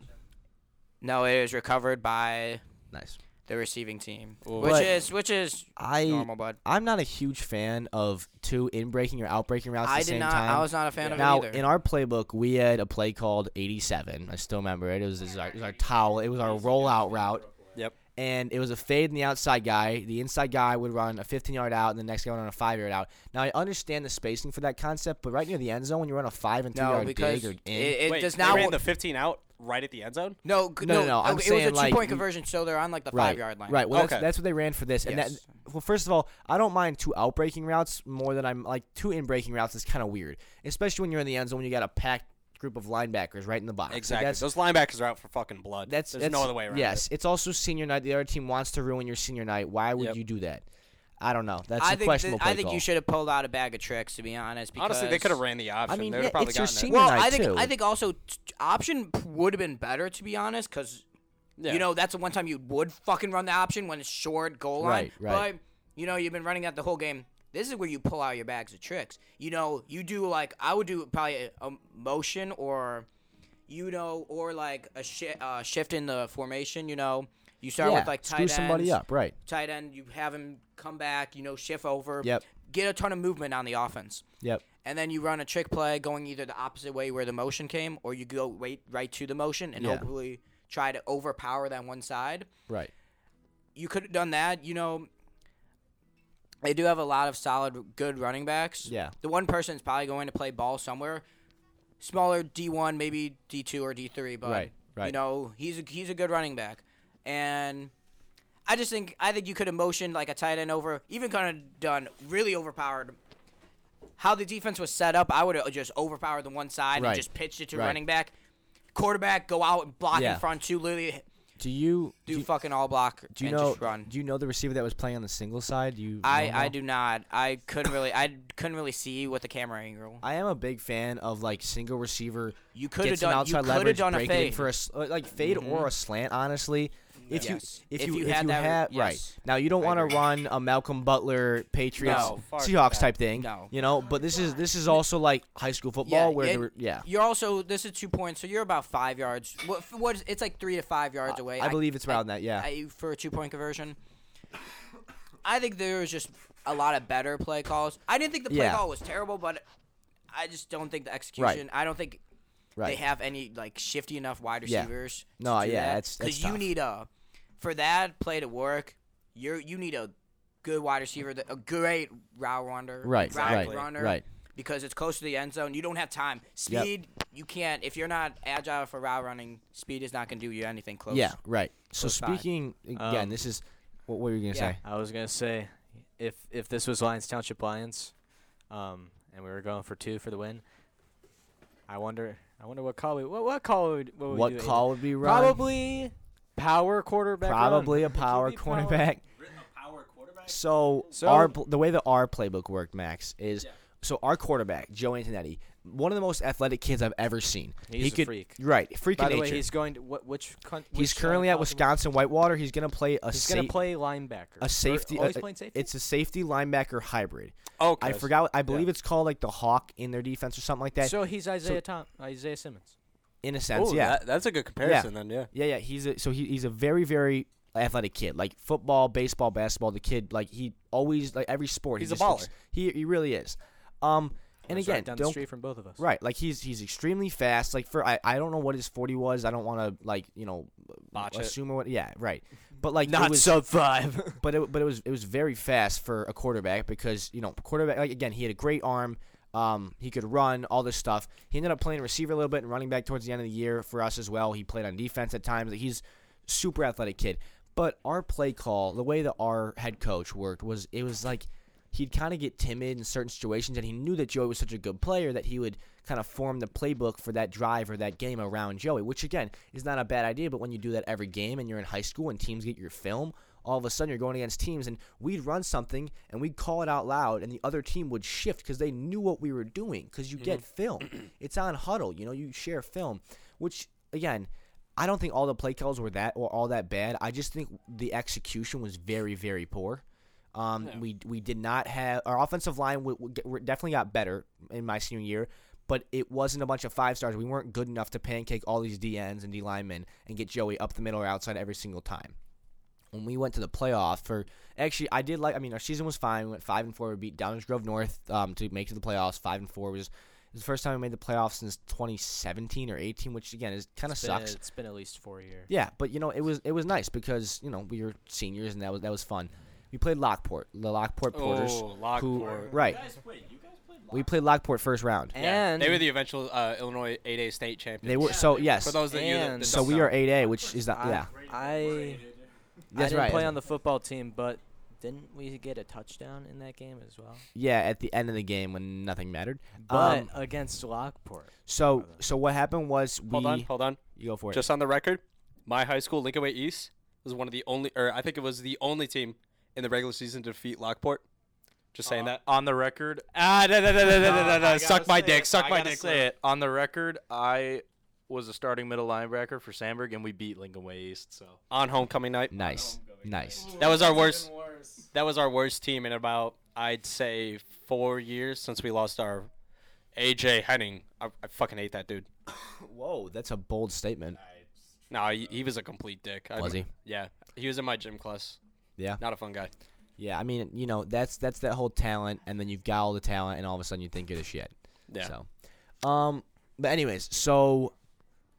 [SPEAKER 4] no, it is recovered by
[SPEAKER 2] Nice.
[SPEAKER 4] the receiving team,
[SPEAKER 3] Ooh.
[SPEAKER 4] which
[SPEAKER 2] But-
[SPEAKER 4] is which is
[SPEAKER 2] I
[SPEAKER 4] normal, bud.
[SPEAKER 2] I'm not a huge fan of two inbreaking or outbreaking routes at
[SPEAKER 4] I
[SPEAKER 2] the
[SPEAKER 4] did
[SPEAKER 2] same
[SPEAKER 4] not.
[SPEAKER 2] time.
[SPEAKER 4] I was not a fan of
[SPEAKER 2] now
[SPEAKER 4] it either.
[SPEAKER 2] in our playbook, we had a play called 87. I still remember it. It was, it was, our, it was our towel. It was our rollout route.
[SPEAKER 3] Yep.
[SPEAKER 2] And it was a fade in the outside guy. The inside guy would run a 15 yard out, and the next guy would run a five yard out. Now I understand the spacing for that concept, but right near the end zone, when you run a five and three
[SPEAKER 4] no,
[SPEAKER 2] yard
[SPEAKER 4] because
[SPEAKER 2] dig or
[SPEAKER 4] it,
[SPEAKER 2] in,
[SPEAKER 4] it
[SPEAKER 3] Wait,
[SPEAKER 4] does
[SPEAKER 3] they
[SPEAKER 4] not.
[SPEAKER 3] ran
[SPEAKER 4] Work.
[SPEAKER 3] the 15 out right at the end zone.
[SPEAKER 4] no, c-
[SPEAKER 2] No, no, no, I'm
[SPEAKER 4] okay, it
[SPEAKER 2] saying,
[SPEAKER 4] was a
[SPEAKER 2] like,
[SPEAKER 4] two point
[SPEAKER 2] you-
[SPEAKER 4] conversion, so they're on like the
[SPEAKER 2] right,
[SPEAKER 4] five yard line.
[SPEAKER 2] Right. Well, that's,
[SPEAKER 3] Okay.
[SPEAKER 2] that's what they ran for this. And
[SPEAKER 4] Yes.
[SPEAKER 2] that, well, first of all, I don't mind two outbreaking routes more than I'm like two inbreaking routes is kind of weird, especially when you're in the end zone when you got a packed group of linebackers right in the box. Like,
[SPEAKER 3] Exactly.
[SPEAKER 2] that's-
[SPEAKER 3] Those linebackers are out for fucking blood.
[SPEAKER 2] That's
[SPEAKER 3] There's
[SPEAKER 2] that's-
[SPEAKER 3] no other way around.
[SPEAKER 2] Yes, it's also senior night. The other team wants to ruin your senior night. Why would
[SPEAKER 3] Yep.
[SPEAKER 2] you do that? I don't know. That's a
[SPEAKER 4] I think
[SPEAKER 2] questionable
[SPEAKER 4] that-
[SPEAKER 2] play
[SPEAKER 4] I think
[SPEAKER 2] call.
[SPEAKER 4] you should have pulled out a bag of tricks to be honest.
[SPEAKER 3] It.
[SPEAKER 4] Because
[SPEAKER 3] Honestly, they could have ran the option.
[SPEAKER 2] mean,
[SPEAKER 3] they would
[SPEAKER 2] yeah,
[SPEAKER 3] have probably
[SPEAKER 2] it's your
[SPEAKER 3] gotten
[SPEAKER 2] senior-
[SPEAKER 3] it.
[SPEAKER 4] Well,
[SPEAKER 2] night,
[SPEAKER 4] I think
[SPEAKER 2] too.
[SPEAKER 4] I think also t- t- option p- would have been better to be honest, because
[SPEAKER 3] Yeah.
[SPEAKER 4] you know that's the one time you would fucking run the option when it's short goal line.
[SPEAKER 2] Right, right.
[SPEAKER 4] But you know you've been running that the whole game. This is where you pull out your bags of tricks. You know you do like I would do probably a, a motion or you know or like a shi- uh, shift in the formation. You know you start
[SPEAKER 2] yeah,
[SPEAKER 4] with like tight
[SPEAKER 2] screw somebody
[SPEAKER 4] ends,
[SPEAKER 2] up, right?
[SPEAKER 4] Tight end, you have him come back. You know shift over.
[SPEAKER 2] Yep.
[SPEAKER 4] Get a ton of movement on the offense
[SPEAKER 2] Yep.
[SPEAKER 4] and then you run a trick play going either the opposite way where the motion came, or you go wait right to the motion and
[SPEAKER 2] Yeah.
[SPEAKER 4] hopefully try to overpower that one side.
[SPEAKER 2] Right.
[SPEAKER 4] You could have done that. You know, they do have a lot of solid, good running backs.
[SPEAKER 2] Yeah.
[SPEAKER 4] The one person is probably going to play ball somewhere, smaller D one, maybe D two or D three, but
[SPEAKER 2] Right, right.
[SPEAKER 4] you know he's a, he's a good running back, and. I just think I think you could have motioned like a tight end over, even kind of done really overpowered. How the defense was set up, I would have just overpowered the one side
[SPEAKER 2] Right.
[SPEAKER 4] and just pitched it to
[SPEAKER 2] Right.
[SPEAKER 4] running back, quarterback go out and block
[SPEAKER 2] Yeah.
[SPEAKER 4] in front two, literally
[SPEAKER 2] Do you
[SPEAKER 4] do,
[SPEAKER 2] do, you-
[SPEAKER 4] fucking all block
[SPEAKER 2] do you
[SPEAKER 4] and
[SPEAKER 2] know
[SPEAKER 4] just run.
[SPEAKER 2] do you know the receiver that was playing on the single side? Do you
[SPEAKER 4] I,
[SPEAKER 2] know
[SPEAKER 4] I
[SPEAKER 2] now?
[SPEAKER 4] do not. I couldn't really I couldn't really see with the camera angle.
[SPEAKER 2] I am a big fan of like single receiver.
[SPEAKER 4] You could have
[SPEAKER 2] gets an
[SPEAKER 4] done. You
[SPEAKER 2] outside
[SPEAKER 4] could have
[SPEAKER 2] leverage,
[SPEAKER 4] done a
[SPEAKER 2] break it in
[SPEAKER 4] fade. Mm-hmm.
[SPEAKER 2] for a s- uh, like fade or a slant. Honestly, if
[SPEAKER 4] Yes.
[SPEAKER 2] you if
[SPEAKER 4] If
[SPEAKER 2] you
[SPEAKER 4] you
[SPEAKER 2] if
[SPEAKER 4] had
[SPEAKER 2] you
[SPEAKER 4] that-
[SPEAKER 2] had
[SPEAKER 4] yes.
[SPEAKER 2] right now, you don't want to run a Malcolm Butler Patriots
[SPEAKER 4] No,
[SPEAKER 3] far from
[SPEAKER 2] Seahawks
[SPEAKER 3] that.
[SPEAKER 2] type thing.
[SPEAKER 4] No.
[SPEAKER 2] you know, but this is this is also like high school football where there were, yeah.
[SPEAKER 4] You're also this is two points, so you're about five yards. What, what is, it's like three to five yards away.
[SPEAKER 2] I believe it's around
[SPEAKER 4] I-
[SPEAKER 2] that, yeah.
[SPEAKER 4] I, for a two point conversion, I think there was just a lot of better play calls. I didn't think the play
[SPEAKER 2] Yeah.
[SPEAKER 4] call was terrible, but I just don't think the execution. I don't think
[SPEAKER 2] Right.
[SPEAKER 4] they have any like shifty enough wide
[SPEAKER 2] Yeah.
[SPEAKER 4] receivers.
[SPEAKER 2] No,
[SPEAKER 4] to do
[SPEAKER 2] Oh, yeah,
[SPEAKER 4] that.
[SPEAKER 2] that's- that's
[SPEAKER 4] you
[SPEAKER 2] tough.
[SPEAKER 4] need a for that play to work. You're you need a good wide receiver, that- a great route runner,
[SPEAKER 2] Right,
[SPEAKER 4] route
[SPEAKER 2] right,
[SPEAKER 4] runner,
[SPEAKER 2] right.
[SPEAKER 4] Because it's close to the end zone, you don't have time.
[SPEAKER 2] Yep.
[SPEAKER 4] Speed, you can't. If you're not agile for route running, speed is not going to do you anything close.
[SPEAKER 2] Yeah, right. So
[SPEAKER 4] Close by.
[SPEAKER 2] speaking again,
[SPEAKER 6] Um,
[SPEAKER 2] this is what, what were you gonna
[SPEAKER 4] yeah.
[SPEAKER 2] say?
[SPEAKER 6] I was gonna say, if if this was Lions Township Lions, um, and we were going for two for the win, I wonder, I wonder what call we, what what call would what, would we
[SPEAKER 2] What
[SPEAKER 6] do, Aiden?
[SPEAKER 2] call would be run?
[SPEAKER 6] Probably power quarterback. run.
[SPEAKER 2] probably a
[SPEAKER 6] Would you
[SPEAKER 2] power
[SPEAKER 6] be power-
[SPEAKER 2] cornerback. So,
[SPEAKER 6] So-
[SPEAKER 2] our pl- the way that our playbook worked, Max, is so our quarterback Joe Antonetti, one of the most athletic kids I've ever seen.
[SPEAKER 6] He's
[SPEAKER 2] he
[SPEAKER 6] a
[SPEAKER 2] could,
[SPEAKER 6] freak.
[SPEAKER 2] Right, freak
[SPEAKER 6] By
[SPEAKER 2] of
[SPEAKER 6] the way,
[SPEAKER 2] nature.
[SPEAKER 6] he's going to what which country?
[SPEAKER 2] He's currently at Wisconsin Whitewater. He's gonna play a
[SPEAKER 6] He's
[SPEAKER 2] sa-
[SPEAKER 6] gonna play linebacker.
[SPEAKER 2] a
[SPEAKER 6] Or-
[SPEAKER 2] safety.
[SPEAKER 6] Oh, he's
[SPEAKER 2] a-
[SPEAKER 6] playing safety.
[SPEAKER 2] It's a safety linebacker hybrid.
[SPEAKER 3] Okay.
[SPEAKER 2] I forgot. what- I believe it's called like the hawk in their defense or something like that.
[SPEAKER 6] so he's Isaiah Tom, Isaiah Simmons.
[SPEAKER 2] in a sense,
[SPEAKER 3] Oh,
[SPEAKER 2] yeah.
[SPEAKER 3] that- that's a good comparison then. Yeah.
[SPEAKER 2] Yeah, yeah. He's a, so he, he's a very very athletic kid. Like football, baseball, basketball. The kid like he always like every sport.
[SPEAKER 3] He's
[SPEAKER 2] he
[SPEAKER 3] a
[SPEAKER 2] just looks-
[SPEAKER 3] baller.
[SPEAKER 2] he he really is. Um, and
[SPEAKER 6] He's
[SPEAKER 2] again,
[SPEAKER 6] right down the
[SPEAKER 2] don't
[SPEAKER 6] street from both of us.
[SPEAKER 2] right. Like he's he's extremely fast. Like for I, I don't know what his forty was. I don't want to like you know
[SPEAKER 3] Botch it.
[SPEAKER 2] assume or what. Yeah, right. But like it was,
[SPEAKER 6] five.
[SPEAKER 2] but it, but it was it was very fast for a quarterback because you know quarterback like again he had a great arm. Um, he could run all this stuff. He ended up playing receiver a little bit and running back towards the end of the year for us as well. He played on defense at times. Like, He's super athletic kid. But our play call, the way that our head coach worked was it was like he'd kind of get timid in certain situations and he knew that Joey was such a good player that he would kind of form the playbook for that drive or that game around Joey, which again is not a bad idea, but when you do that every game and you're in high school and teams get your film, all of a sudden you're going against teams and we'd run something and we'd call it out loud and the other team would shift because they knew what we were doing because you get film. it's on huddle, you know, you share film, which again, I don't think all the play calls were that or all that bad. I just think the execution was very, very poor. Um, we we did not have our offensive line. We, we, get- we definitely got better in my senior year, but it wasn't a bunch of five stars. We weren't good enough to pancake all these DNs and D linemen and get Joey up the middle or outside every single time. when we went to the playoff for actually I did like I mean our season was fine. We went five and four. We beat Downers Grove North um, to make it to the playoffs. Five and four was. It was the first time we made the playoffs since 2017 or 18, which again is kind of
[SPEAKER 6] It's been-
[SPEAKER 2] sucks.
[SPEAKER 6] It's been at least four years.
[SPEAKER 2] Yeah, but you know, it was it was nice because you know we were seniors and that was that was fun. We played Lockport, the Lockport Porters.
[SPEAKER 3] Oh,
[SPEAKER 2] who-
[SPEAKER 3] Lockport.
[SPEAKER 2] right. We played Lockport first round.
[SPEAKER 3] Yeah,
[SPEAKER 6] And
[SPEAKER 3] they were the eventual uh, Illinois 8A state champions.
[SPEAKER 2] They were so yes.
[SPEAKER 3] For those that you that,
[SPEAKER 6] And-
[SPEAKER 3] that
[SPEAKER 2] so
[SPEAKER 3] don't
[SPEAKER 2] we
[SPEAKER 3] know.
[SPEAKER 2] are 8A, which is that
[SPEAKER 6] I,
[SPEAKER 2] yeah.
[SPEAKER 6] I, I
[SPEAKER 2] That's
[SPEAKER 6] didn't
[SPEAKER 2] right,
[SPEAKER 6] play
[SPEAKER 2] that's
[SPEAKER 6] on the football team, but didn't we get a touchdown in that game as well?
[SPEAKER 2] Yeah, at the end of the game when nothing mattered.
[SPEAKER 6] But
[SPEAKER 2] um,
[SPEAKER 6] against Lockport.
[SPEAKER 2] so so what happened was we
[SPEAKER 3] Hold on, hold on.
[SPEAKER 2] you go for it.
[SPEAKER 3] Just on the record, my high school, Lincoln Way East, was one of the only, or I think it was the only team in the regular season to defeat Lockport. Just saying that.
[SPEAKER 5] on the record.
[SPEAKER 3] Ah, no, no, no, no, no,
[SPEAKER 5] No,
[SPEAKER 3] no,
[SPEAKER 5] I
[SPEAKER 3] no, no.
[SPEAKER 5] gotta
[SPEAKER 3] Suck my
[SPEAKER 5] say
[SPEAKER 3] dick.
[SPEAKER 5] it.
[SPEAKER 3] Suck
[SPEAKER 5] I
[SPEAKER 3] my
[SPEAKER 5] gotta
[SPEAKER 3] dick.
[SPEAKER 5] Say
[SPEAKER 3] Lou.
[SPEAKER 5] it. On the record, I was a starting middle linebacker for Sandberg, and we beat Lincoln Way East. So
[SPEAKER 3] On homecoming night.
[SPEAKER 2] nice. Nice.
[SPEAKER 3] That was our worst. That was our worst team in about I'd say four years since we lost our AJ Henning. I, I fucking hate that dude.
[SPEAKER 2] Whoa, that's a bold statement.
[SPEAKER 3] No, he, he was a complete dick. I-
[SPEAKER 2] Was he?
[SPEAKER 3] Yeah, he was in my gym class.
[SPEAKER 2] Yeah.
[SPEAKER 3] Not a fun guy.
[SPEAKER 2] Yeah, I mean, you know, that's that's that whole talent and then you've got all the talent and all of a sudden you think you're the shit.
[SPEAKER 3] Yeah.
[SPEAKER 2] So, um, but anyways, so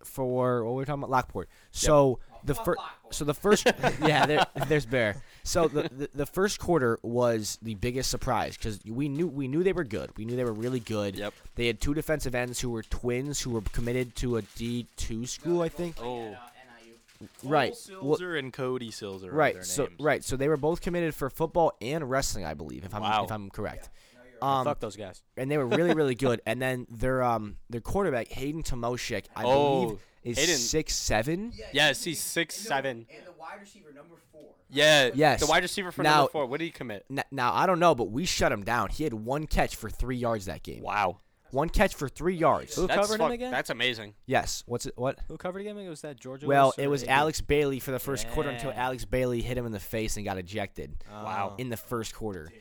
[SPEAKER 2] for what we were talking about, Lockport. So the first, so the first, yeah, there, there's Bear. So the, the the first quarter was the biggest surprise because we knew we knew they were good. We knew they were really good.
[SPEAKER 3] Yep.
[SPEAKER 2] They had two defensive ends who were twins who were committed to a D two school, I think.
[SPEAKER 5] oh,
[SPEAKER 2] right. Well,
[SPEAKER 5] Silzer and Cody Silzer. Are their
[SPEAKER 2] right. So
[SPEAKER 5] names.
[SPEAKER 2] right. So they were both committed for football and wrestling, I believe, if I'm
[SPEAKER 5] Wow.
[SPEAKER 2] if I'm correct. um,
[SPEAKER 6] Fuck those guys.
[SPEAKER 2] and they were really really good. And then their um their quarterback Hayden Tomoshik, I believe,
[SPEAKER 3] Oh,
[SPEAKER 2] is
[SPEAKER 3] Hayden.
[SPEAKER 2] six seven.
[SPEAKER 3] Yes, he's six seven.
[SPEAKER 4] And the wide receiver number four.
[SPEAKER 3] Yeah.
[SPEAKER 2] Yes.
[SPEAKER 3] The wide receiver for
[SPEAKER 2] Now-
[SPEAKER 3] number four. What did he commit?
[SPEAKER 2] N- Now I don't know, but we shut him down. He had one catch for three yards that game.
[SPEAKER 3] Wow.
[SPEAKER 2] One catch for three yards.
[SPEAKER 6] Who
[SPEAKER 3] That's
[SPEAKER 6] covered him
[SPEAKER 3] fuck-
[SPEAKER 6] again?
[SPEAKER 3] That's amazing.
[SPEAKER 2] Yes. What's it? What?
[SPEAKER 6] Who covered him? It was that Georgia.
[SPEAKER 2] Well,
[SPEAKER 6] Wilson
[SPEAKER 2] it
[SPEAKER 6] or
[SPEAKER 2] was
[SPEAKER 6] AB?
[SPEAKER 2] Alex Bailey for the first quarter until
[SPEAKER 6] Yeah.
[SPEAKER 2] Alex Bailey hit him in the face and got ejected.
[SPEAKER 6] Wow.
[SPEAKER 2] In the first quarter.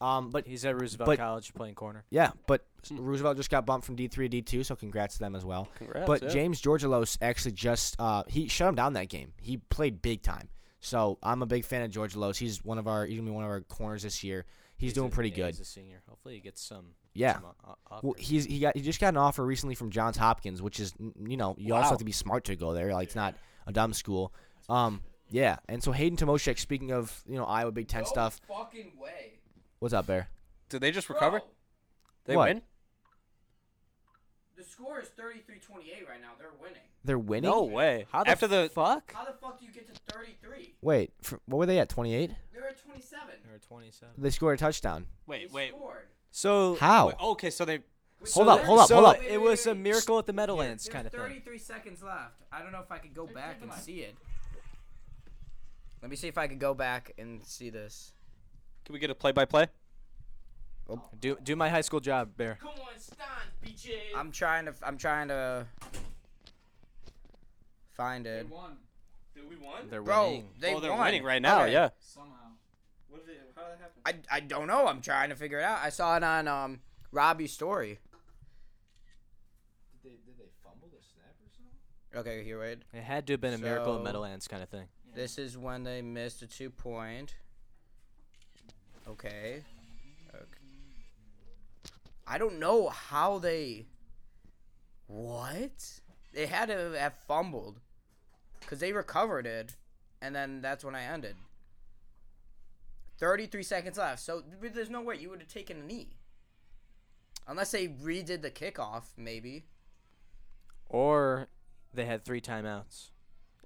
[SPEAKER 2] Um, but
[SPEAKER 6] Oh. He's at Roosevelt
[SPEAKER 2] But-
[SPEAKER 6] College playing corner.
[SPEAKER 2] Yeah, but
[SPEAKER 3] Hmm.
[SPEAKER 2] Roosevelt just got bumped from D three to D two, so congrats to them as well.
[SPEAKER 3] Congrats,
[SPEAKER 2] but
[SPEAKER 3] yeah.
[SPEAKER 2] James Georgelos actually just uh, he shut him down that game. He played big time. So I'm a big fan of Georgelos. He's one of our he's gonna be one of our corners this year. He's, doing
[SPEAKER 6] a-
[SPEAKER 2] pretty
[SPEAKER 6] yeah,
[SPEAKER 2] good.
[SPEAKER 6] He's a senior. Hopefully he gets some.
[SPEAKER 2] Yeah.
[SPEAKER 6] some o- o-
[SPEAKER 2] Well,
[SPEAKER 6] offers.
[SPEAKER 2] he's he got he just got an offer recently from Johns Hopkins, which is n- you know you also
[SPEAKER 3] Wow.
[SPEAKER 2] have to be smart to go there. Like it's not a dumb school. Um, yeah. And so Hayden Tomoshek, speaking of you know Iowa Big Ten
[SPEAKER 3] Oh.
[SPEAKER 2] stuff,
[SPEAKER 4] Fucking way.
[SPEAKER 2] what's up, Bear?
[SPEAKER 3] Did they just recover? They
[SPEAKER 2] What?
[SPEAKER 3] win?
[SPEAKER 4] The score is 33-28 right now. They're winning.
[SPEAKER 2] They're winning.
[SPEAKER 3] No way.
[SPEAKER 6] How the
[SPEAKER 3] After the
[SPEAKER 6] fuck?
[SPEAKER 4] How the fuck do you get to 33?
[SPEAKER 2] Wait, fr what were they at? 28.
[SPEAKER 4] They're at 27.
[SPEAKER 6] Or 27.
[SPEAKER 2] They scored a touchdown.
[SPEAKER 3] wait,
[SPEAKER 4] They
[SPEAKER 3] wait.
[SPEAKER 4] scored.
[SPEAKER 6] So
[SPEAKER 2] How?
[SPEAKER 3] wait, Okay, so they
[SPEAKER 2] Hold up,
[SPEAKER 6] that-
[SPEAKER 2] hold up,
[SPEAKER 6] so
[SPEAKER 2] hold up.
[SPEAKER 6] It was a miracle at the Meadowlands kind of
[SPEAKER 4] There's
[SPEAKER 6] thing.
[SPEAKER 4] 33 seconds left. I don't know if I could go back and see it. Let me see if I could go back and see this.
[SPEAKER 3] can we get a play by play?
[SPEAKER 6] Do do my high school job, Bear.
[SPEAKER 1] Come on, Stein, BJ.
[SPEAKER 4] I'm trying to. f- I'm trying to find it.
[SPEAKER 1] won. Did we won?
[SPEAKER 6] They're
[SPEAKER 4] Bro,
[SPEAKER 6] winning.
[SPEAKER 4] they
[SPEAKER 3] oh, they're
[SPEAKER 4] won.
[SPEAKER 3] winning right now,
[SPEAKER 4] Okay.
[SPEAKER 3] yeah.
[SPEAKER 1] Somehow. What did it, how did that happen?
[SPEAKER 4] I, I don't know. I'm trying to figure it out. I saw it on um Robbie's story. Did they, did they fumble the snap or something? Okay, here wait.
[SPEAKER 6] It had to have been a miracle
[SPEAKER 4] So-
[SPEAKER 6] at Meadowlands kind of thing.
[SPEAKER 4] This is when they missed a two point. Okay. okay. I don't know how they. What? They had to have fumbled. Because they recovered it. And then that's when I ended. 33 seconds left. So th- there's no way you would have taken a knee. Unless they redid the kickoff, maybe.
[SPEAKER 6] Or they had three timeouts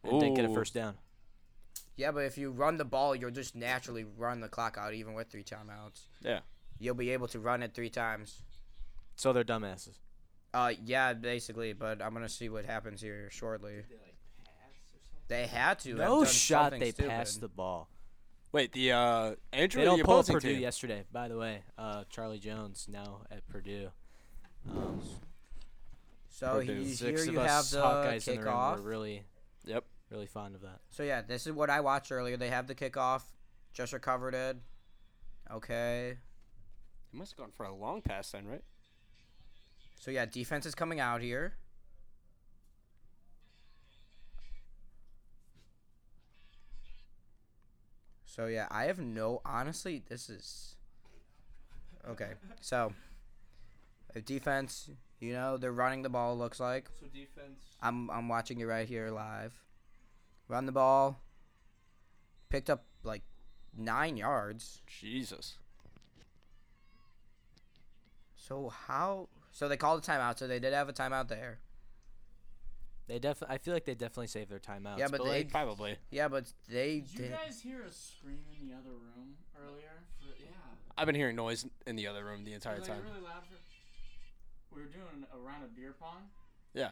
[SPEAKER 6] and didn't get a
[SPEAKER 3] Ooh.
[SPEAKER 6] first down.
[SPEAKER 4] Yeah, but if you run the ball, you'll just naturally run the clock out, even with three timeouts.
[SPEAKER 3] Yeah.
[SPEAKER 4] You'll be able to run it three times.
[SPEAKER 6] So they're dumbasses.
[SPEAKER 4] Uh, yeah, basically. But I'm gonna see what happens here shortly. They had to. have
[SPEAKER 6] No
[SPEAKER 4] done
[SPEAKER 6] shot
[SPEAKER 4] something
[SPEAKER 6] they
[SPEAKER 4] stupid.
[SPEAKER 6] passed the ball.
[SPEAKER 3] Wait, the uh Andrew
[SPEAKER 6] They
[SPEAKER 3] or
[SPEAKER 6] don't
[SPEAKER 3] the
[SPEAKER 6] pull
[SPEAKER 3] opposing
[SPEAKER 6] Purdue
[SPEAKER 3] team?
[SPEAKER 6] yesterday, by the way. Uh, Charlie Jones now at Purdue. Um,
[SPEAKER 4] So
[SPEAKER 3] Purdue.
[SPEAKER 4] you, here
[SPEAKER 6] six of
[SPEAKER 4] you have
[SPEAKER 6] us
[SPEAKER 4] the
[SPEAKER 6] Hawkeyes in the room
[SPEAKER 4] kickoff.
[SPEAKER 6] were really,
[SPEAKER 3] Yep.
[SPEAKER 6] really fond of that.
[SPEAKER 4] so yeah, this is what I watched earlier. They have the kickoff. Just recovered it. Okay.
[SPEAKER 3] They must have gone for a long pass then, right?
[SPEAKER 4] So yeah, defense is coming out here. So yeah, I have no. Honestly, this is okay. So uh, defense, you know, they're running the ball. Looks like
[SPEAKER 1] So defense.
[SPEAKER 4] I'm I'm watching it right here live. Run the ball. Picked up like nine yards.
[SPEAKER 1] Jesus.
[SPEAKER 4] So how? So they called a timeout. So they did have a timeout there.
[SPEAKER 6] They def. I feel like they definitely saved their timeouts.
[SPEAKER 4] yeah, but they.
[SPEAKER 6] like,
[SPEAKER 3] Probably.
[SPEAKER 4] yeah, but they
[SPEAKER 10] Did you
[SPEAKER 4] did.
[SPEAKER 10] guys hear a scream in the other room earlier? For, yeah.
[SPEAKER 3] I've been hearing noise in the other room the
[SPEAKER 10] It
[SPEAKER 3] entire
[SPEAKER 10] was like
[SPEAKER 3] time.
[SPEAKER 10] really loud for. We were doing a round of beer pong.
[SPEAKER 3] Yeah.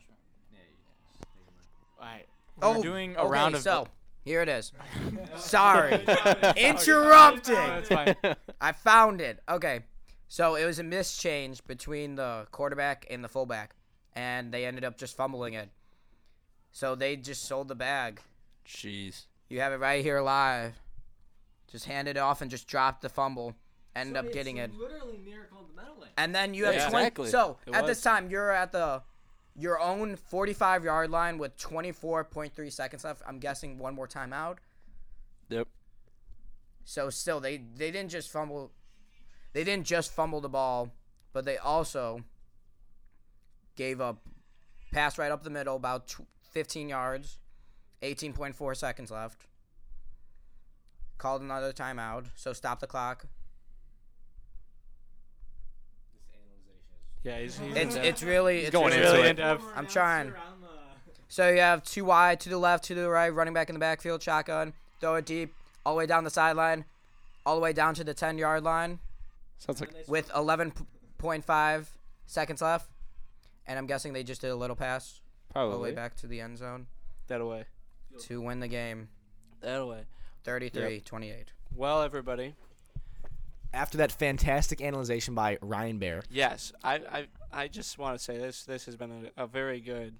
[SPEAKER 5] All right.
[SPEAKER 4] Oh,
[SPEAKER 5] We're doing a round of.
[SPEAKER 4] so here it is. Sorry,
[SPEAKER 5] No,
[SPEAKER 4] interrupted.
[SPEAKER 5] that's fine.
[SPEAKER 4] I found it. Okay. So it was a mischange between the quarterback and the fullback, and they ended up just fumbling it. So they just sold the bag.
[SPEAKER 3] Jeez.
[SPEAKER 4] You have it right here live. Just handed it off and just dropped the fumble. Ended up getting it.
[SPEAKER 9] Literally miracle in the meadowlands.
[SPEAKER 4] And then you have
[SPEAKER 3] Yeah,
[SPEAKER 4] 20.
[SPEAKER 3] exactly.
[SPEAKER 4] So
[SPEAKER 3] It
[SPEAKER 4] at
[SPEAKER 3] was.
[SPEAKER 4] this time, you're at the your own 45 yard line with 24.3 seconds left. I'm guessing one more timeout.
[SPEAKER 3] Yep.
[SPEAKER 4] So still, they they didn't just fumble. They didn't just fumble the ball, but they also gave up pass right up the middle, about tw- 15 yards, 18.4 seconds left. Called another timeout, so stop the clock.
[SPEAKER 1] Yeah, he's, he's
[SPEAKER 4] It's it's really it's
[SPEAKER 3] going
[SPEAKER 4] really-
[SPEAKER 3] into it.
[SPEAKER 4] I'm trying. So you have two wide to the left, to the right, running back in the backfield, shotgun, throw it deep, all the way down the sideline, all the way down to the 10 yard line
[SPEAKER 3] Sounds like
[SPEAKER 4] with 11.5 seconds left. And I'm guessing they just did a little pass all the way
[SPEAKER 3] probably.
[SPEAKER 4] back to the end zone
[SPEAKER 1] that away.
[SPEAKER 4] to win the game
[SPEAKER 1] That away.
[SPEAKER 4] 33 28.
[SPEAKER 1] Well, everybody.
[SPEAKER 2] After that fantastic analyzation by Ryan Bear,
[SPEAKER 1] Yes, I I, I just want to say this. This has been a, a very good,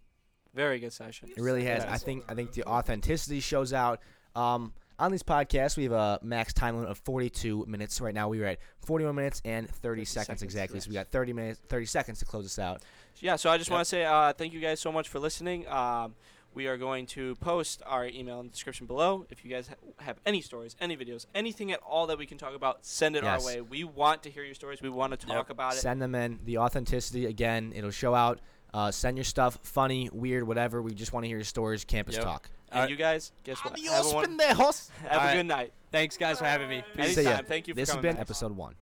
[SPEAKER 1] very good session.
[SPEAKER 2] It really has.
[SPEAKER 1] Yes.
[SPEAKER 2] I think I think the authenticity shows out. Um, on these podcasts, we have a max time limit of 42 minutes. Right now, we are at 41 minutes and 30 seconds,
[SPEAKER 1] seconds,
[SPEAKER 2] exactly. So we
[SPEAKER 1] yes.
[SPEAKER 2] got 30 minutes, 30 seconds to close this out.
[SPEAKER 1] Yeah, so I just want to say uh, thank you guys so much for listening. Um, we are going to post our email in the description below. If you guys ha- have any stories, any videos, anything at all that we can talk about, send it
[SPEAKER 2] Yes.
[SPEAKER 1] our way. We want to hear your stories. We want to talk about it.
[SPEAKER 2] Send them in. The authenticity again, it'll show out. Uh, send your stuff, funny, weird, whatever. We just want to hear your stories, campus
[SPEAKER 3] Yep.
[SPEAKER 2] talk.
[SPEAKER 1] and
[SPEAKER 3] Alright.
[SPEAKER 1] you guys, guess what? Have a, one- have a
[SPEAKER 3] Alright.
[SPEAKER 1] good night.
[SPEAKER 3] Thanks, guys, for having me.
[SPEAKER 2] See ya.
[SPEAKER 1] Anytime. Thank you for
[SPEAKER 2] This has
[SPEAKER 1] coming.
[SPEAKER 2] been
[SPEAKER 1] guys.
[SPEAKER 2] episode one.